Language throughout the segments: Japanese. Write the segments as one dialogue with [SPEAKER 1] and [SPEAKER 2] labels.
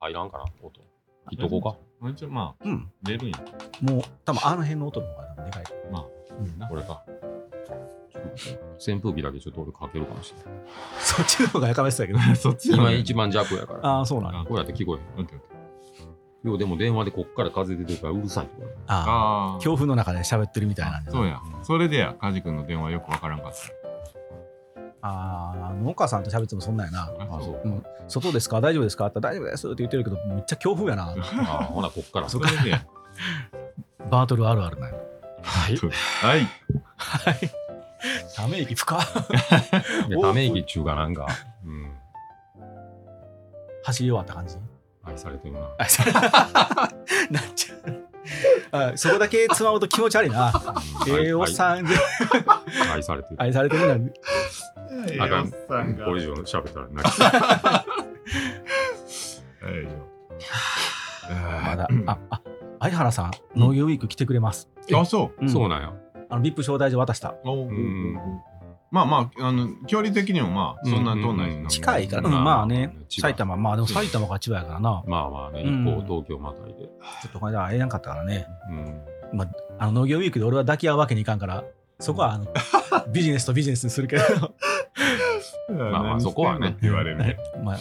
[SPEAKER 1] あ、いらんかな、音。いっとこうか。
[SPEAKER 2] まあ一応まあ、
[SPEAKER 3] うん。
[SPEAKER 2] 出るんや。
[SPEAKER 3] もう、多分あの辺の音の方が多分でかい。
[SPEAKER 2] まあ、
[SPEAKER 3] うんな
[SPEAKER 1] これか。扇風機だけちょっと俺かけるかもしれない。
[SPEAKER 3] そっちの方がやかましそうやけど。
[SPEAKER 2] そっちの
[SPEAKER 1] 今
[SPEAKER 2] 方がいい
[SPEAKER 1] 一番弱やから。
[SPEAKER 3] ああ、そうなんや。
[SPEAKER 1] こうやって聞こえへ
[SPEAKER 2] オッケーオッケー
[SPEAKER 1] ん。ようでも電話でこっから風出てるからうるさいって言われる。
[SPEAKER 3] ああ、
[SPEAKER 2] ああ。
[SPEAKER 3] 強風の中で喋ってるみたいなんで。
[SPEAKER 2] そうや。それでや、カジ君の電話よくわからんかっ
[SPEAKER 3] ああ、農家さんと喋ってもそんなんやな。
[SPEAKER 2] た。
[SPEAKER 1] あそう
[SPEAKER 3] うん、外ですか大丈夫ですかって言ったら大丈夫ですって言ってるけど、めっちゃ強風やな。
[SPEAKER 1] ああ、ほな、こっから。
[SPEAKER 2] それで や。
[SPEAKER 3] バートルあるあるなんや。
[SPEAKER 1] はい。
[SPEAKER 2] はい。
[SPEAKER 3] はい。ため息深っ
[SPEAKER 1] でため息っちゅうかなんか、うん、
[SPEAKER 3] 走り終わった感じ
[SPEAKER 1] 愛されてるな。
[SPEAKER 3] あそうなっちゃうあそこだけつまむと気持ち悪いな。
[SPEAKER 1] うん
[SPEAKER 3] ええおっ
[SPEAKER 1] 愛
[SPEAKER 3] さんで
[SPEAKER 1] 愛愛されてる。
[SPEAKER 3] 愛されてるなんで
[SPEAKER 1] あかん
[SPEAKER 2] さん
[SPEAKER 1] これ以 上喋ったら泣きそう。
[SPEAKER 2] はいよ
[SPEAKER 3] まだ。あ、あ、相原さん、農業ウィーク来てくれます。
[SPEAKER 2] あ、そう。
[SPEAKER 3] ん
[SPEAKER 1] そうなんや。
[SPEAKER 3] あの、VIP 招待状渡した。
[SPEAKER 2] おー
[SPEAKER 1] ん
[SPEAKER 2] まあまあ、あの、距離的にもまあ、そんな遠ないしな。
[SPEAKER 3] 近いから、うん
[SPEAKER 1] まあ
[SPEAKER 3] まあね、
[SPEAKER 1] 千葉
[SPEAKER 3] 埼玉、まあでも埼玉が千葉やからな、
[SPEAKER 1] まあまあね、
[SPEAKER 3] う
[SPEAKER 1] 一
[SPEAKER 3] ん
[SPEAKER 1] 方東京またいで。
[SPEAKER 3] ちょっとこれじゃ会えなかったからね、
[SPEAKER 1] うん。
[SPEAKER 3] あの農業ウィークで俺は抱き合うわけにいかんから、そこはあのビジネスとビジネスにするけど、
[SPEAKER 2] ま
[SPEAKER 1] まあまあそこはね
[SPEAKER 2] 言われるね。
[SPEAKER 3] まあ、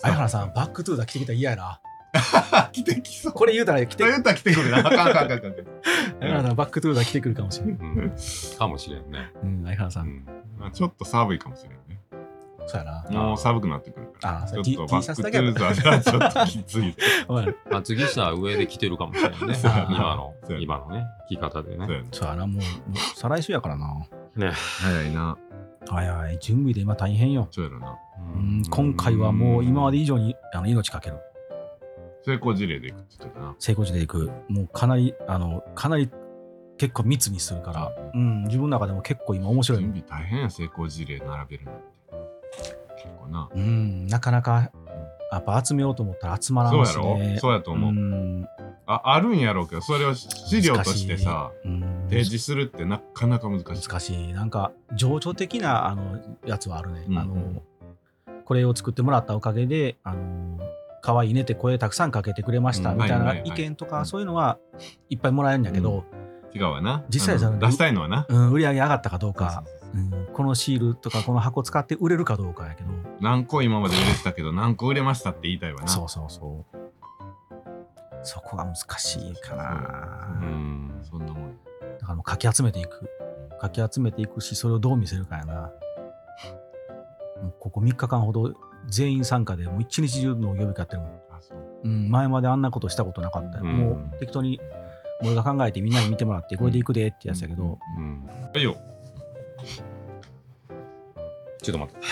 [SPEAKER 3] 相原さん、バックトゥーザー来てきたら嫌やな。
[SPEAKER 2] 来てきそう。
[SPEAKER 3] これ言うたら来て、
[SPEAKER 2] トヨタ来てくるな。あかんあかんあかんあかん。
[SPEAKER 3] 相原さん、バックトゥーザー来てくるかもしれない。
[SPEAKER 1] うんかもしれんね。
[SPEAKER 3] うん、相原
[SPEAKER 1] う
[SPEAKER 3] さん、
[SPEAKER 1] ん。
[SPEAKER 2] まあちょっと寒いかもしれんね。
[SPEAKER 3] そうやな。
[SPEAKER 2] もう寒くなってくるから。
[SPEAKER 3] あ
[SPEAKER 2] ち
[SPEAKER 3] そ
[SPEAKER 2] ょ
[SPEAKER 3] れ
[SPEAKER 2] っ
[SPEAKER 3] T-
[SPEAKER 2] とバ
[SPEAKER 3] T シャ
[SPEAKER 2] ック
[SPEAKER 3] ツ
[SPEAKER 2] ト
[SPEAKER 3] だけ
[SPEAKER 2] ゥーザーじゃちょっときつい。
[SPEAKER 3] お前
[SPEAKER 1] 厚着した上で着てるかもしれんね。
[SPEAKER 3] そうやな
[SPEAKER 1] 今の
[SPEAKER 2] そうや、な
[SPEAKER 1] 今のね、着方で
[SPEAKER 2] そう
[SPEAKER 1] ね。
[SPEAKER 2] やね
[SPEAKER 3] そうやな、もう、もう再来週やからな。
[SPEAKER 2] 早いな。
[SPEAKER 3] はいはい、準備で今大変よ。
[SPEAKER 2] そうやろな。
[SPEAKER 3] うん、今回はもう今まで
[SPEAKER 1] いい。
[SPEAKER 3] 以上にあの命かける。
[SPEAKER 2] 成功事例でいくって言ってたな。
[SPEAKER 3] 成功時でいくもうかなりあのかなり結構密にするから、うん、自分の中でも結構今面白い
[SPEAKER 2] 準備大変や、成功事例並べるなんて。結構な。
[SPEAKER 3] うんなかなかやっぱ集めようと思ったら集まら
[SPEAKER 2] そうんや
[SPEAKER 3] し
[SPEAKER 2] ろ
[SPEAKER 3] ね
[SPEAKER 2] そうやと思う。
[SPEAKER 3] ん
[SPEAKER 2] ああるんやろうけど、それを資料としてさ、
[SPEAKER 3] うん
[SPEAKER 2] 提示するってなかなか難しい。
[SPEAKER 3] 難しいなんか情緒的なあのやつはあるね、
[SPEAKER 2] うん
[SPEAKER 3] あのこれを作ってもらったおかげであの可愛いねって声たくさんかけてくれました
[SPEAKER 2] うん
[SPEAKER 3] みた
[SPEAKER 2] は
[SPEAKER 3] いない
[SPEAKER 2] はいはい
[SPEAKER 3] 意見とかそういうのはいっぱいもらえるんやけど、
[SPEAKER 2] 違うわな。
[SPEAKER 3] 実際
[SPEAKER 2] あの
[SPEAKER 3] その
[SPEAKER 2] 出したいのはな。
[SPEAKER 3] うん売り上げ上がったかどうか
[SPEAKER 2] そうそうそう
[SPEAKER 3] うんこのシールとかこの箱使って売れるかどうかやけど
[SPEAKER 2] 何個今まで売れてたけど、何個売れましたって言いたいわな。
[SPEAKER 3] そうそうそう。そこが難しいか
[SPEAKER 1] う
[SPEAKER 3] な。
[SPEAKER 1] ん。
[SPEAKER 2] そんなもん。
[SPEAKER 3] だからもうかき集めていく。かき集めていくし、それをどう見せるかやな。もうここ3日間ほど全員参加で、もう一日中の呼びかってるもん。
[SPEAKER 2] あ、そう。
[SPEAKER 3] うん、前まであんなことしたことなかったよ。
[SPEAKER 1] うん
[SPEAKER 3] もう適当に俺が考えてみんなに見てもらって、これでいくでってやつやけど、
[SPEAKER 1] うん
[SPEAKER 2] はいよ。
[SPEAKER 1] ちょっと待って。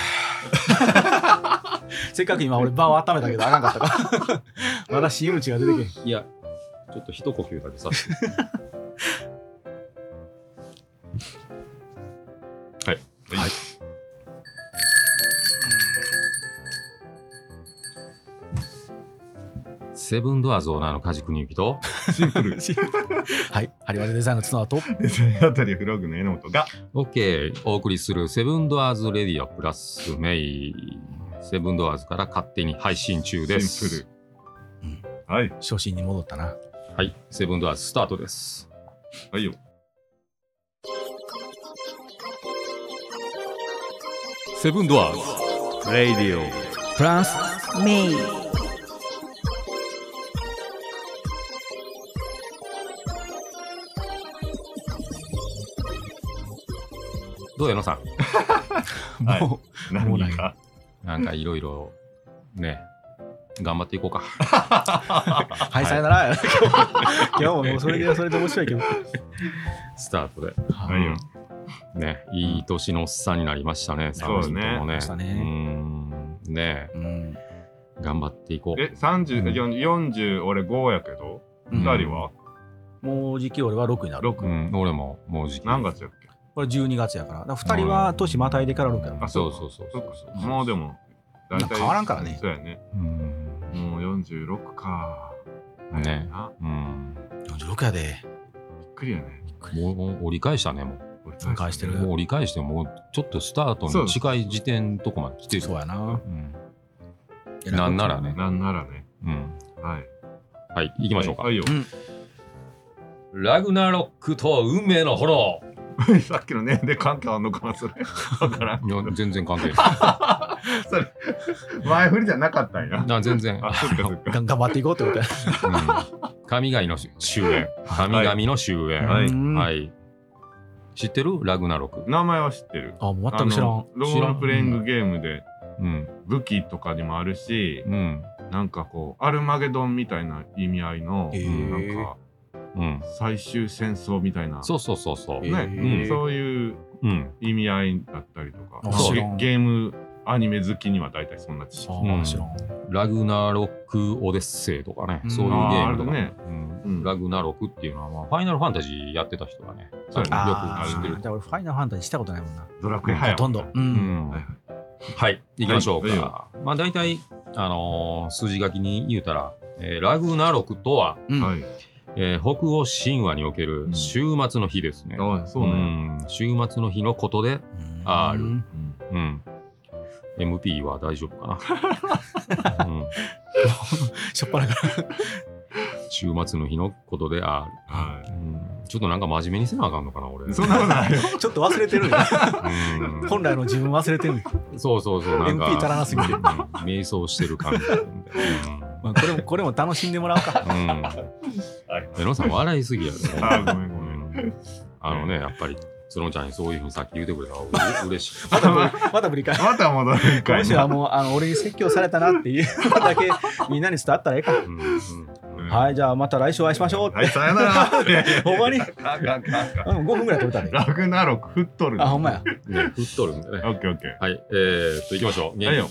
[SPEAKER 3] せっかく今俺場を温めたけど、あかんかった から。まだ私有値が出てけへん。
[SPEAKER 1] いや、ちょっと一呼吸だけ させて。
[SPEAKER 2] はい。
[SPEAKER 1] セブンドアーズオーナーの梶邦之 と、
[SPEAKER 2] シンプル。
[SPEAKER 3] はい、ハリワレデザインの角田と、
[SPEAKER 2] あたりフログの榎本が。
[SPEAKER 1] OK お送りするセブンドアーズレディオプラスメイセブンドアーズから勝手に配信中です
[SPEAKER 2] シンプル。はい。
[SPEAKER 3] 初心に戻ったな。
[SPEAKER 1] はいセブンドアーズスタートです
[SPEAKER 2] はいよ。
[SPEAKER 1] セブンドアー
[SPEAKER 2] レイディオ。
[SPEAKER 3] フランス
[SPEAKER 4] メイ
[SPEAKER 1] ズどうやのさ
[SPEAKER 2] はい
[SPEAKER 3] ももうない
[SPEAKER 2] 何か。
[SPEAKER 1] んなんかいろいろね頑張っていこうか
[SPEAKER 3] う、はい、さよなら。 今日ももうそれで、それで面白いけど。
[SPEAKER 1] スタートで
[SPEAKER 2] はいよ。
[SPEAKER 1] ねいい年のおっさんになりましたね
[SPEAKER 2] そうね
[SPEAKER 1] 三人ともね
[SPEAKER 3] ましたね
[SPEAKER 1] うーんね
[SPEAKER 3] うん。
[SPEAKER 1] 頑張っていこう
[SPEAKER 2] え、三十、四、四十、俺五やけど。
[SPEAKER 3] う
[SPEAKER 2] 二
[SPEAKER 3] ん
[SPEAKER 2] 人は
[SPEAKER 3] もうじき俺は6になる。
[SPEAKER 2] 六
[SPEAKER 1] う。ん俺ももうじき
[SPEAKER 2] 何月やっけ。
[SPEAKER 3] これ12月やから。だから2人は年またいでから6や
[SPEAKER 2] あ
[SPEAKER 3] ろ。
[SPEAKER 1] そうそうそう
[SPEAKER 2] そ
[SPEAKER 1] そう
[SPEAKER 2] っかそうっかもうでも。大体
[SPEAKER 3] まあ変わらんからね
[SPEAKER 2] そうやね。
[SPEAKER 1] うん
[SPEAKER 2] もう四十六か。
[SPEAKER 1] ね
[SPEAKER 2] あ
[SPEAKER 1] うん
[SPEAKER 3] 46やで。
[SPEAKER 2] びっくりやね。
[SPEAKER 1] もう折り返したねもう
[SPEAKER 2] 折
[SPEAKER 3] り返してる
[SPEAKER 1] もう折り返してもうちょっとスタートに近い時点とこまで来てる
[SPEAKER 3] そうやな。
[SPEAKER 1] うんなんならね
[SPEAKER 2] なんならね。
[SPEAKER 1] うんはい、行きましょうか。
[SPEAKER 2] はい、はいよ
[SPEAKER 1] ラグナロックと運命の炎。
[SPEAKER 2] さっきの年齢関係あんのかなそれ分からん
[SPEAKER 1] いや、全然関係ない。
[SPEAKER 2] それ前振りじゃなかったん や
[SPEAKER 1] な全然。
[SPEAKER 2] あそっかそっか
[SPEAKER 3] が頑張っていこうって ことや。
[SPEAKER 1] うん神々の終焉。神々の終焉。
[SPEAKER 2] はい
[SPEAKER 3] うん
[SPEAKER 1] は。い。知ってるラグナロク。
[SPEAKER 2] 名前は知ってる
[SPEAKER 3] あ、もう全く知ら
[SPEAKER 2] あ
[SPEAKER 3] ん
[SPEAKER 2] の。ロールプレイングゲームで
[SPEAKER 1] うん。
[SPEAKER 2] 武器とかにもあるし、
[SPEAKER 1] うん。
[SPEAKER 2] なんかこうアルマゲドンみたいな意味合いの、
[SPEAKER 3] へ
[SPEAKER 1] ー
[SPEAKER 2] なんか
[SPEAKER 1] うん。
[SPEAKER 2] 最終戦争みたいな
[SPEAKER 1] そうそうそうそう。
[SPEAKER 3] え
[SPEAKER 2] ね、
[SPEAKER 1] ー
[SPEAKER 2] そういう
[SPEAKER 1] うん。
[SPEAKER 2] 意味合いだったりとか
[SPEAKER 3] あ
[SPEAKER 1] そう
[SPEAKER 2] ゲゲームアニメ好きには大体そんな知識
[SPEAKER 3] あ
[SPEAKER 1] うん
[SPEAKER 3] ー、知らん。
[SPEAKER 1] ラグナロクオデッセイとかね、
[SPEAKER 3] うん
[SPEAKER 1] そういうゲームとか、
[SPEAKER 2] あーあるね
[SPEAKER 1] うん
[SPEAKER 2] うん
[SPEAKER 1] ラグナロクっていうのは、まあ、ファイナルファンタジーやってた人がね、
[SPEAKER 2] そうやね
[SPEAKER 1] あ
[SPEAKER 3] あ
[SPEAKER 1] のよく知って
[SPEAKER 3] ー
[SPEAKER 1] る。
[SPEAKER 3] じゃあ俺ファイナルファンタジーしたことないもんな。
[SPEAKER 2] ドラクエ
[SPEAKER 3] ほとんど。う。
[SPEAKER 1] うんん
[SPEAKER 2] はいはい
[SPEAKER 1] はい、行きましょうか。
[SPEAKER 2] はい
[SPEAKER 1] まあ、大体、あのー数字書きに言うたら、えーラグナロクとは、
[SPEAKER 3] うん
[SPEAKER 2] はい、はい
[SPEAKER 1] えー北欧神話における
[SPEAKER 2] うん
[SPEAKER 1] 週末の日ですね。
[SPEAKER 2] あそうね、
[SPEAKER 1] うん週末の日のことで、あー
[SPEAKER 3] うん
[SPEAKER 2] うん
[SPEAKER 1] うん、MP は大丈夫か な、うん
[SPEAKER 3] しょっぱなから。
[SPEAKER 1] 週末の日のことである、
[SPEAKER 2] は
[SPEAKER 1] うんちょっとなんか真面目にせなあかんのかな、俺。
[SPEAKER 2] い、そんなこと ないよ
[SPEAKER 3] ちょっと忘れてる よ。
[SPEAKER 1] うん
[SPEAKER 3] 本来の自分忘れてるよ。
[SPEAKER 1] そうそうそう。なんか
[SPEAKER 3] MP 足らなすぎて
[SPEAKER 1] うん迷走してる感じ。
[SPEAKER 3] まあこれも これも楽しんでもらおうか。
[SPEAKER 1] うん。うんメロンさん笑いす ぎやね。
[SPEAKER 2] あごめん
[SPEAKER 1] う
[SPEAKER 2] ごめん
[SPEAKER 1] んあのね、やっぱり、つのちゃんにそういうふうにさっき言ってくれたらうれ嬉 しい。
[SPEAKER 3] またぶりまたぶり返
[SPEAKER 2] また戻るんかい
[SPEAKER 3] 今週はもうあの俺に説教されたなっていうことだけみんなに伝わったらええか。
[SPEAKER 1] うんうん
[SPEAKER 2] うん
[SPEAKER 3] はい、じゃあまた来週お会いしましょうって。
[SPEAKER 2] はい、さよなら。
[SPEAKER 3] ほんまに
[SPEAKER 2] あかんあかんあかん
[SPEAKER 3] うん5分ぐらい取れたね。
[SPEAKER 2] ラグナロク、吹っとるね。
[SPEAKER 3] あ、ほんまや。
[SPEAKER 1] ね、振っとるんでね
[SPEAKER 2] オ。ッケーオッケ
[SPEAKER 1] はい、えーっと、いきましょう。
[SPEAKER 2] ー。は
[SPEAKER 1] 元
[SPEAKER 2] いよ。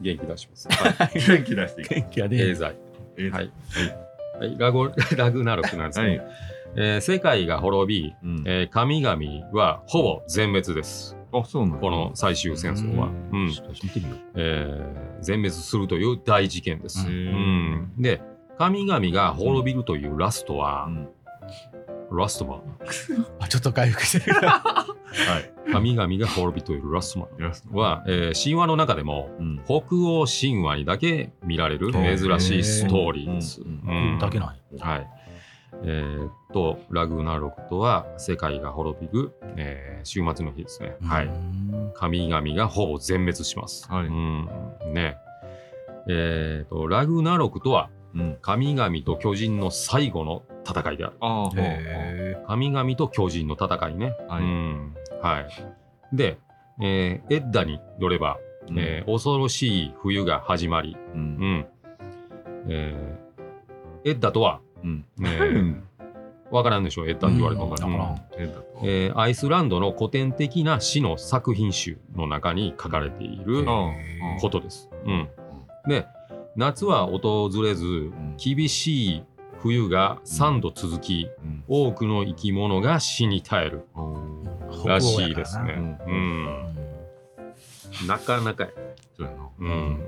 [SPEAKER 1] 気元気出し ます。はい
[SPEAKER 2] 元気出していく。
[SPEAKER 3] 元気や
[SPEAKER 1] エー
[SPEAKER 3] で。
[SPEAKER 1] ザイ。
[SPEAKER 2] えー
[SPEAKER 1] はい。はい、ラゴ ラグナロクなんです
[SPEAKER 2] は
[SPEAKER 1] けど
[SPEAKER 2] い。
[SPEAKER 1] えー、世界が滅び、
[SPEAKER 2] うん
[SPEAKER 1] えー神々はほぼ全滅です。
[SPEAKER 2] あ、そうなの
[SPEAKER 1] この最終戦争は。
[SPEAKER 2] う
[SPEAKER 1] うん
[SPEAKER 2] ちょっと見てみよう。
[SPEAKER 1] えー全滅するという大事件です。
[SPEAKER 3] う
[SPEAKER 1] うん、で神々が滅びるというラストは、ラストマ
[SPEAKER 3] あちょっと回復してる。
[SPEAKER 2] はい。
[SPEAKER 1] ン神々が滅びというラストマン
[SPEAKER 2] よろしく
[SPEAKER 1] は、えー神話の中でも
[SPEAKER 2] うん。
[SPEAKER 1] 北欧神話にだけ見られる
[SPEAKER 2] へー
[SPEAKER 1] 珍しいストーリーです。
[SPEAKER 2] うん
[SPEAKER 1] うん
[SPEAKER 3] だけない。
[SPEAKER 1] はいえーっとラグナロクとは世界が滅びる、えー終末の日ですね。はい、
[SPEAKER 3] うん
[SPEAKER 1] 神々がほぼ全滅します。
[SPEAKER 2] はい
[SPEAKER 1] うんねえーとラグナロクとは
[SPEAKER 2] うん。
[SPEAKER 1] 神々と巨人の最後の戦いである。
[SPEAKER 2] ああ、
[SPEAKER 3] へ
[SPEAKER 1] 神々と巨人の戦いね。
[SPEAKER 2] はい
[SPEAKER 1] うんはい、で、えーエッダによれば、
[SPEAKER 2] うん
[SPEAKER 1] えー恐ろしい冬が始まり、
[SPEAKER 2] う。
[SPEAKER 1] うんんえーエッダとは、
[SPEAKER 2] うん。
[SPEAKER 1] えー、わからんでしょう、エッダって言われたの
[SPEAKER 3] うんわからん
[SPEAKER 2] 変だと。
[SPEAKER 1] えーアイスランドの古典的な詩の作品集の中に書かれている
[SPEAKER 2] ああ
[SPEAKER 1] ことです。うん、で夏は訪れず
[SPEAKER 2] ん
[SPEAKER 1] 厳しい冬が3度続き
[SPEAKER 2] うん
[SPEAKER 1] 多くの生き物が死に絶える
[SPEAKER 2] おー
[SPEAKER 1] らしいです。
[SPEAKER 3] 北欧やからな
[SPEAKER 1] ね。う、
[SPEAKER 2] うん
[SPEAKER 1] なかなかや、
[SPEAKER 2] そうやな。
[SPEAKER 1] うん、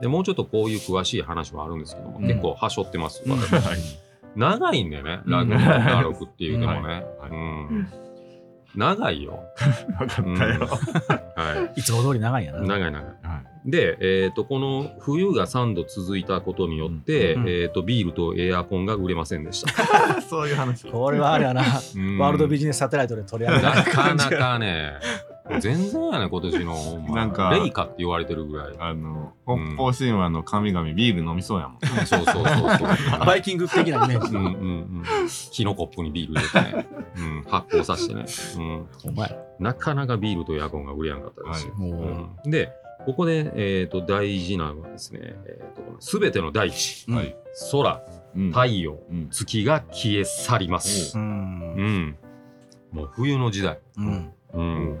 [SPEAKER 1] でもうちょっとこういう詳しい話はあるんですけども、
[SPEAKER 3] うん
[SPEAKER 1] 結構はしょってます。
[SPEAKER 3] うん
[SPEAKER 1] 私
[SPEAKER 2] はい。
[SPEAKER 1] 長いんだよね「ラグ
[SPEAKER 3] うん
[SPEAKER 1] ナロク」っていうでも
[SPEAKER 2] は
[SPEAKER 1] ね。
[SPEAKER 2] はい
[SPEAKER 1] うん長いよ。
[SPEAKER 2] わか
[SPEAKER 1] うん
[SPEAKER 2] ったよ。
[SPEAKER 1] はい
[SPEAKER 3] つも通り長いんやな。
[SPEAKER 1] 長い長い。
[SPEAKER 2] はい。
[SPEAKER 1] で、えー、とこの冬が3度続いたことによって、
[SPEAKER 3] うん
[SPEAKER 1] えー、とビールとエアコンが売れませんでした。
[SPEAKER 2] そういう話。
[SPEAKER 3] これはあれやな。 ワールドビジネスサテライトで取り上げられ
[SPEAKER 1] な
[SPEAKER 3] た
[SPEAKER 1] か
[SPEAKER 3] 感じ
[SPEAKER 1] な
[SPEAKER 3] が。
[SPEAKER 1] かね、全然やね、今年の、ほんま
[SPEAKER 2] なんか
[SPEAKER 1] レイカって言われてるぐらい。
[SPEAKER 2] あの、北
[SPEAKER 1] うん
[SPEAKER 2] 方神話の神々ビール飲みそうやもん。
[SPEAKER 1] そうそうそう そう。
[SPEAKER 3] バイキング的なイメー
[SPEAKER 1] う
[SPEAKER 3] ジ。
[SPEAKER 1] んうんうん、木のコップにビール入れてね、うん、発酵させてね、うん、
[SPEAKER 3] お前。
[SPEAKER 1] なかなかビールとエアコンが売れなかったですよ、
[SPEAKER 3] はい
[SPEAKER 1] うんでここで、えー、と大事なのはですね、えー、と全ての大地
[SPEAKER 3] うん
[SPEAKER 2] はい。
[SPEAKER 1] 空
[SPEAKER 2] うん
[SPEAKER 1] 太陽
[SPEAKER 2] うん。
[SPEAKER 1] 月が消え去ります
[SPEAKER 3] う、。
[SPEAKER 1] うんん、もう冬の時代、
[SPEAKER 3] うん。
[SPEAKER 1] うん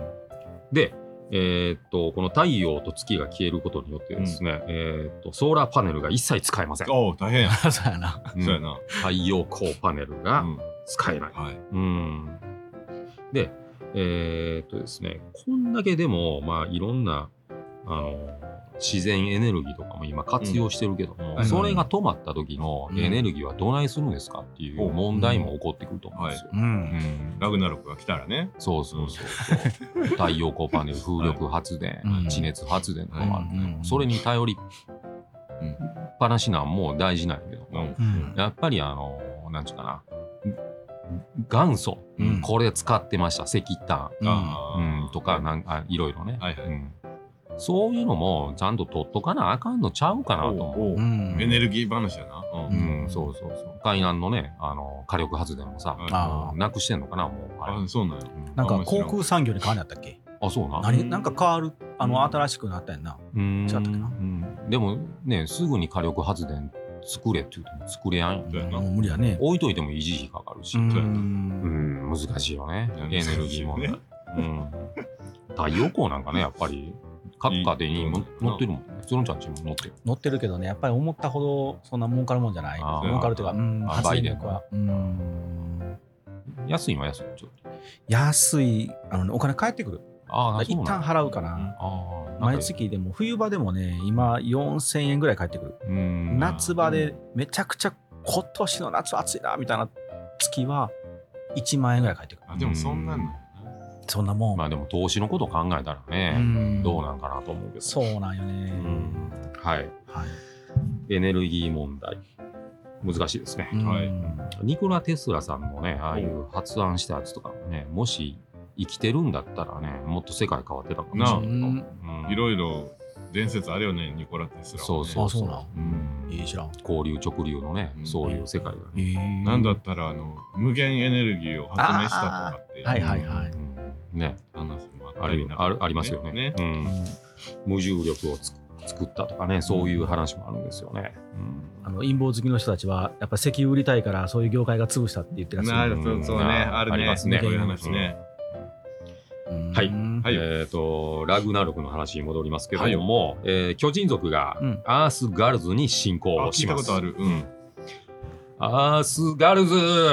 [SPEAKER 1] で、えーっとこの太陽と月が消えることによってですね、えーっとソーラーパネルが一切使えません、
[SPEAKER 2] おお、大変や。
[SPEAKER 3] そうやな。
[SPEAKER 1] うん
[SPEAKER 2] そうやな。
[SPEAKER 1] 太陽光パネル
[SPEAKER 2] う
[SPEAKER 1] が
[SPEAKER 2] ん
[SPEAKER 1] 使えない、
[SPEAKER 2] はい。
[SPEAKER 1] うんでえーっとですねこんだけでもまあいろんなあの自然エネルギーとかも今活用してるけども、
[SPEAKER 2] うん
[SPEAKER 1] それが止まった時のエネルギーはどないするんですかっていう問題も起こってくると思うんですよ。
[SPEAKER 3] うん。
[SPEAKER 1] うん
[SPEAKER 2] ラグナロクが来たらね。
[SPEAKER 1] そうそうそうそう。太陽光パネル、風力発電、
[SPEAKER 3] はい
[SPEAKER 1] 地熱発電とかもあるけど、
[SPEAKER 3] うんうんうん
[SPEAKER 1] それに頼り
[SPEAKER 2] うん
[SPEAKER 1] っぱなしなんもう大事なんやけど、うん
[SPEAKER 3] うん
[SPEAKER 1] やっぱりあのなんちゅうかな元祖、
[SPEAKER 2] うん
[SPEAKER 1] これ使ってました石炭、
[SPEAKER 2] あ
[SPEAKER 1] うん
[SPEAKER 2] ー
[SPEAKER 1] とかなんあいろいろね、
[SPEAKER 2] はいはい
[SPEAKER 1] うんそういうのもちゃんと取っとかなあかんのちゃうかなと思う。
[SPEAKER 2] おうおう
[SPEAKER 3] うん
[SPEAKER 2] エネルギー話やな。うん
[SPEAKER 1] うん、そうそうそう。海南のね、あの火力発電もさ、
[SPEAKER 3] あー
[SPEAKER 1] なくしてんのかな、もう。あれ
[SPEAKER 2] あ、そうなんや。
[SPEAKER 1] うん
[SPEAKER 3] なんか
[SPEAKER 2] 面白い
[SPEAKER 3] 航空産業に変わりあったっけ
[SPEAKER 1] あ、そうな。
[SPEAKER 3] 何なんか変わるあ
[SPEAKER 1] うん
[SPEAKER 3] の新しくなったやんな
[SPEAKER 1] うーん
[SPEAKER 3] 違ったっけな
[SPEAKER 1] うんでもね、すぐに火力発電作れって言っても作れやんよ。
[SPEAKER 2] そうやな
[SPEAKER 3] もう無理やね
[SPEAKER 1] 置いといても維持費かかるし、
[SPEAKER 3] う
[SPEAKER 1] うんん、
[SPEAKER 3] うん
[SPEAKER 1] 難しいよね、エ
[SPEAKER 2] 難しい
[SPEAKER 1] ネルギーもね。うん、太陽光なんかね、やっぱり、各家庭にも乗ってるもんね。普通のちゃんちも乗ってる。
[SPEAKER 3] 乗ってるけどねやっぱり思ったほどそんな儲かるもんじゃない
[SPEAKER 1] あー
[SPEAKER 3] 儲かるというかうん
[SPEAKER 1] あ
[SPEAKER 3] 発電力はうん
[SPEAKER 1] 安いのは安い、ちょっと。
[SPEAKER 3] 安いあのねお金返ってくる
[SPEAKER 1] ああ、そう
[SPEAKER 3] 一
[SPEAKER 1] なん
[SPEAKER 3] 旦
[SPEAKER 1] だ
[SPEAKER 3] 払うから
[SPEAKER 1] あーなん
[SPEAKER 3] 毎
[SPEAKER 1] か
[SPEAKER 3] 月でも冬場でもね今4000円ぐらい返ってくる
[SPEAKER 1] うん
[SPEAKER 3] 夏場でめちゃくちゃ今年の夏は暑いなみたいな月は1万円ぐらい返ってくる
[SPEAKER 2] あ、でもそんなんなんや
[SPEAKER 3] そんなもん、
[SPEAKER 1] まあでも投資のこと考えたらね、
[SPEAKER 3] うん
[SPEAKER 1] どうなんかなと思うけど。
[SPEAKER 3] そうなんよね、
[SPEAKER 1] うんはい。
[SPEAKER 3] はい
[SPEAKER 1] エネルギー問題。難しいですね。
[SPEAKER 2] はい
[SPEAKER 3] うん
[SPEAKER 1] ニコラ・テスラさんのね、ああいう発案したやつとかもね、もし生きてるんだったらね、もっと世界変わってたかもしれないけど
[SPEAKER 3] な
[SPEAKER 1] うん
[SPEAKER 2] な。いろいろ伝説あるよね、ニコラ・テスラはね。
[SPEAKER 1] そうそう
[SPEAKER 3] あそううなん
[SPEAKER 1] ん
[SPEAKER 3] いいじゃん
[SPEAKER 1] 交流直流のね
[SPEAKER 2] う、ん
[SPEAKER 1] そういう世界がね。
[SPEAKER 2] なんだったら、あの、無限エネルギーを発明したとかっていう
[SPEAKER 3] あーはいはいはい
[SPEAKER 1] うんね、
[SPEAKER 2] 話もあっ
[SPEAKER 1] あ
[SPEAKER 2] た
[SPEAKER 1] る
[SPEAKER 2] り
[SPEAKER 1] よ
[SPEAKER 2] なんか
[SPEAKER 1] あるありますよね
[SPEAKER 2] ね。
[SPEAKER 1] うん
[SPEAKER 3] うん
[SPEAKER 1] 無重力をつ作ったとかね、そういう話もあるんですよね。
[SPEAKER 3] あの陰謀好きの人たちはやっぱ石油売りたいからそういう業界が潰したって言ってるやつ
[SPEAKER 2] なるほど、そう
[SPEAKER 1] う
[SPEAKER 2] ね。
[SPEAKER 1] ん
[SPEAKER 2] ある
[SPEAKER 1] あり
[SPEAKER 2] ね。
[SPEAKER 1] ますね
[SPEAKER 2] こういう話ね。
[SPEAKER 3] うん
[SPEAKER 1] はい
[SPEAKER 3] うん
[SPEAKER 2] はい
[SPEAKER 1] えっ、と、ラグナルクの話に戻りますけれども、えー巨人族が
[SPEAKER 3] うん
[SPEAKER 1] アースガルズに侵攻を
[SPEAKER 2] あ、聞
[SPEAKER 1] し
[SPEAKER 2] いた
[SPEAKER 1] ま
[SPEAKER 2] こ
[SPEAKER 1] す。
[SPEAKER 2] とある。うん。
[SPEAKER 1] アースガ ルズ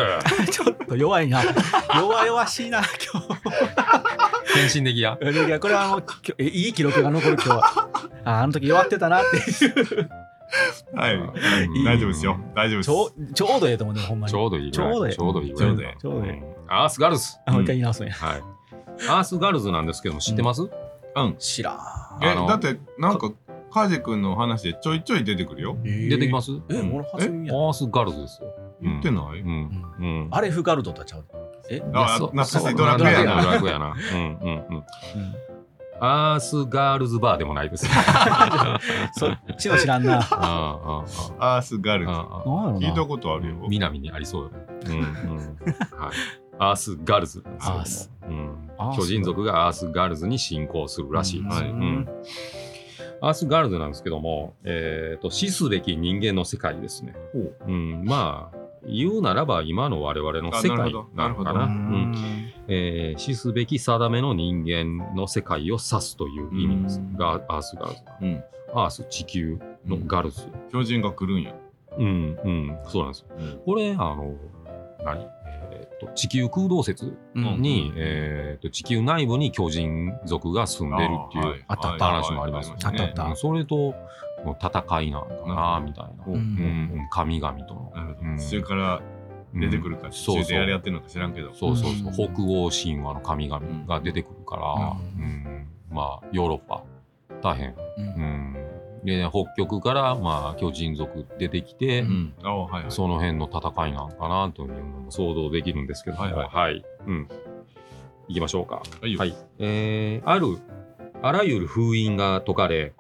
[SPEAKER 3] ちょっと弱いな弱々しいな今日
[SPEAKER 1] 献身的や。
[SPEAKER 3] いやいやこれはあのきょえいい記録が残る今日 はああの時弱ってたなって
[SPEAKER 2] はい。
[SPEAKER 1] うん
[SPEAKER 2] 大丈夫ですよ。大丈夫です。
[SPEAKER 3] ちょうちょうどええと思うでもほんまに
[SPEAKER 1] ちょうどいいぐらい。
[SPEAKER 3] ちょうどいい
[SPEAKER 1] ちょうどいいぐ
[SPEAKER 2] ち
[SPEAKER 1] ら
[SPEAKER 2] ょ
[SPEAKER 1] いう
[SPEAKER 2] どいい
[SPEAKER 3] ちょうどいい
[SPEAKER 1] んアースガルズ、
[SPEAKER 3] あもう一回
[SPEAKER 1] うん
[SPEAKER 3] 言い直すんや
[SPEAKER 1] はい。アースガルズなんですけども、知ってます、
[SPEAKER 2] うん。
[SPEAKER 3] 知らん
[SPEAKER 2] え、
[SPEAKER 1] あの
[SPEAKER 2] だって、なんか、カジ君の話でちょいちょい出てくるよ。
[SPEAKER 1] 出てきますす
[SPEAKER 3] え
[SPEAKER 1] うん
[SPEAKER 3] 俺初耳
[SPEAKER 1] ア
[SPEAKER 3] や
[SPEAKER 1] ースガルズですよ。。
[SPEAKER 2] 言ってないう
[SPEAKER 1] ん。うん。
[SPEAKER 3] アレフガルドとはちゃうえ
[SPEAKER 2] あ
[SPEAKER 1] いやそ
[SPEAKER 2] 懐かしい
[SPEAKER 1] そう
[SPEAKER 2] ドラクエやな
[SPEAKER 1] ドラクエやな。うんうん うん。アースガールズバーでもない です。
[SPEAKER 3] そっちの知らん な
[SPEAKER 1] あああ
[SPEAKER 2] アースガル
[SPEAKER 1] あ
[SPEAKER 2] ズ。
[SPEAKER 1] ああ
[SPEAKER 3] なん
[SPEAKER 2] 聞
[SPEAKER 3] や
[SPEAKER 2] いた
[SPEAKER 3] ろ
[SPEAKER 2] ことあるよ。
[SPEAKER 1] 南にありそうよね。うんうん。はい。アースガルズなんですけども
[SPEAKER 3] アース
[SPEAKER 1] うん
[SPEAKER 3] アース
[SPEAKER 1] 巨人族がアースガルズに侵攻するらしいです。
[SPEAKER 3] はいう
[SPEAKER 1] うんんアースガルズなんですけども、えーと死すべき人間の世界ですね。
[SPEAKER 2] ほう
[SPEAKER 1] うん、まあ言うならば今の我々の世
[SPEAKER 2] あなる
[SPEAKER 1] 界
[SPEAKER 2] ほど
[SPEAKER 1] なのか
[SPEAKER 2] な
[SPEAKER 1] な。
[SPEAKER 2] る
[SPEAKER 1] う
[SPEAKER 3] なうんん
[SPEAKER 1] えー死すべき定めの人間の世界を指すという意味です。がアースガルズ。
[SPEAKER 2] うん。
[SPEAKER 1] アース地球のガルズ。
[SPEAKER 2] 巨人が来るんや。
[SPEAKER 1] うん、うん、そうなんですよ。これ、あの、何えーっと、地球空洞説
[SPEAKER 3] うん
[SPEAKER 1] に、えーっと、地球内部に巨人族が住んでるっていう、
[SPEAKER 2] あーはい
[SPEAKER 3] あった
[SPEAKER 1] あった話もありますよね
[SPEAKER 2] はいはい
[SPEAKER 3] あったあ
[SPEAKER 1] うんそれとの戦いなのかな、みたいな。
[SPEAKER 2] うん
[SPEAKER 1] うんうん神々との。
[SPEAKER 2] なるほ
[SPEAKER 1] う
[SPEAKER 2] ど。
[SPEAKER 1] ん
[SPEAKER 2] 地中から出てくるか、地
[SPEAKER 1] そう
[SPEAKER 2] 中
[SPEAKER 1] そ
[SPEAKER 2] で
[SPEAKER 1] う
[SPEAKER 2] やり合ってるのか知らんけど。
[SPEAKER 1] そうそうそうう、
[SPEAKER 3] ん
[SPEAKER 1] 北欧神話の神々が出てくるから、
[SPEAKER 3] う
[SPEAKER 1] うんんまあ、ヨーロッパ、大変。
[SPEAKER 3] う
[SPEAKER 1] うんんで、北極から、まあ、巨人族出てきて、
[SPEAKER 2] うん。ああ、はいはい。
[SPEAKER 1] その辺の戦いなんかなというのも想像できるんですけども、
[SPEAKER 2] はいはい
[SPEAKER 1] うん。行きましょうか。
[SPEAKER 2] はいよ
[SPEAKER 1] はい。えーある、あらゆる封印が解かれ、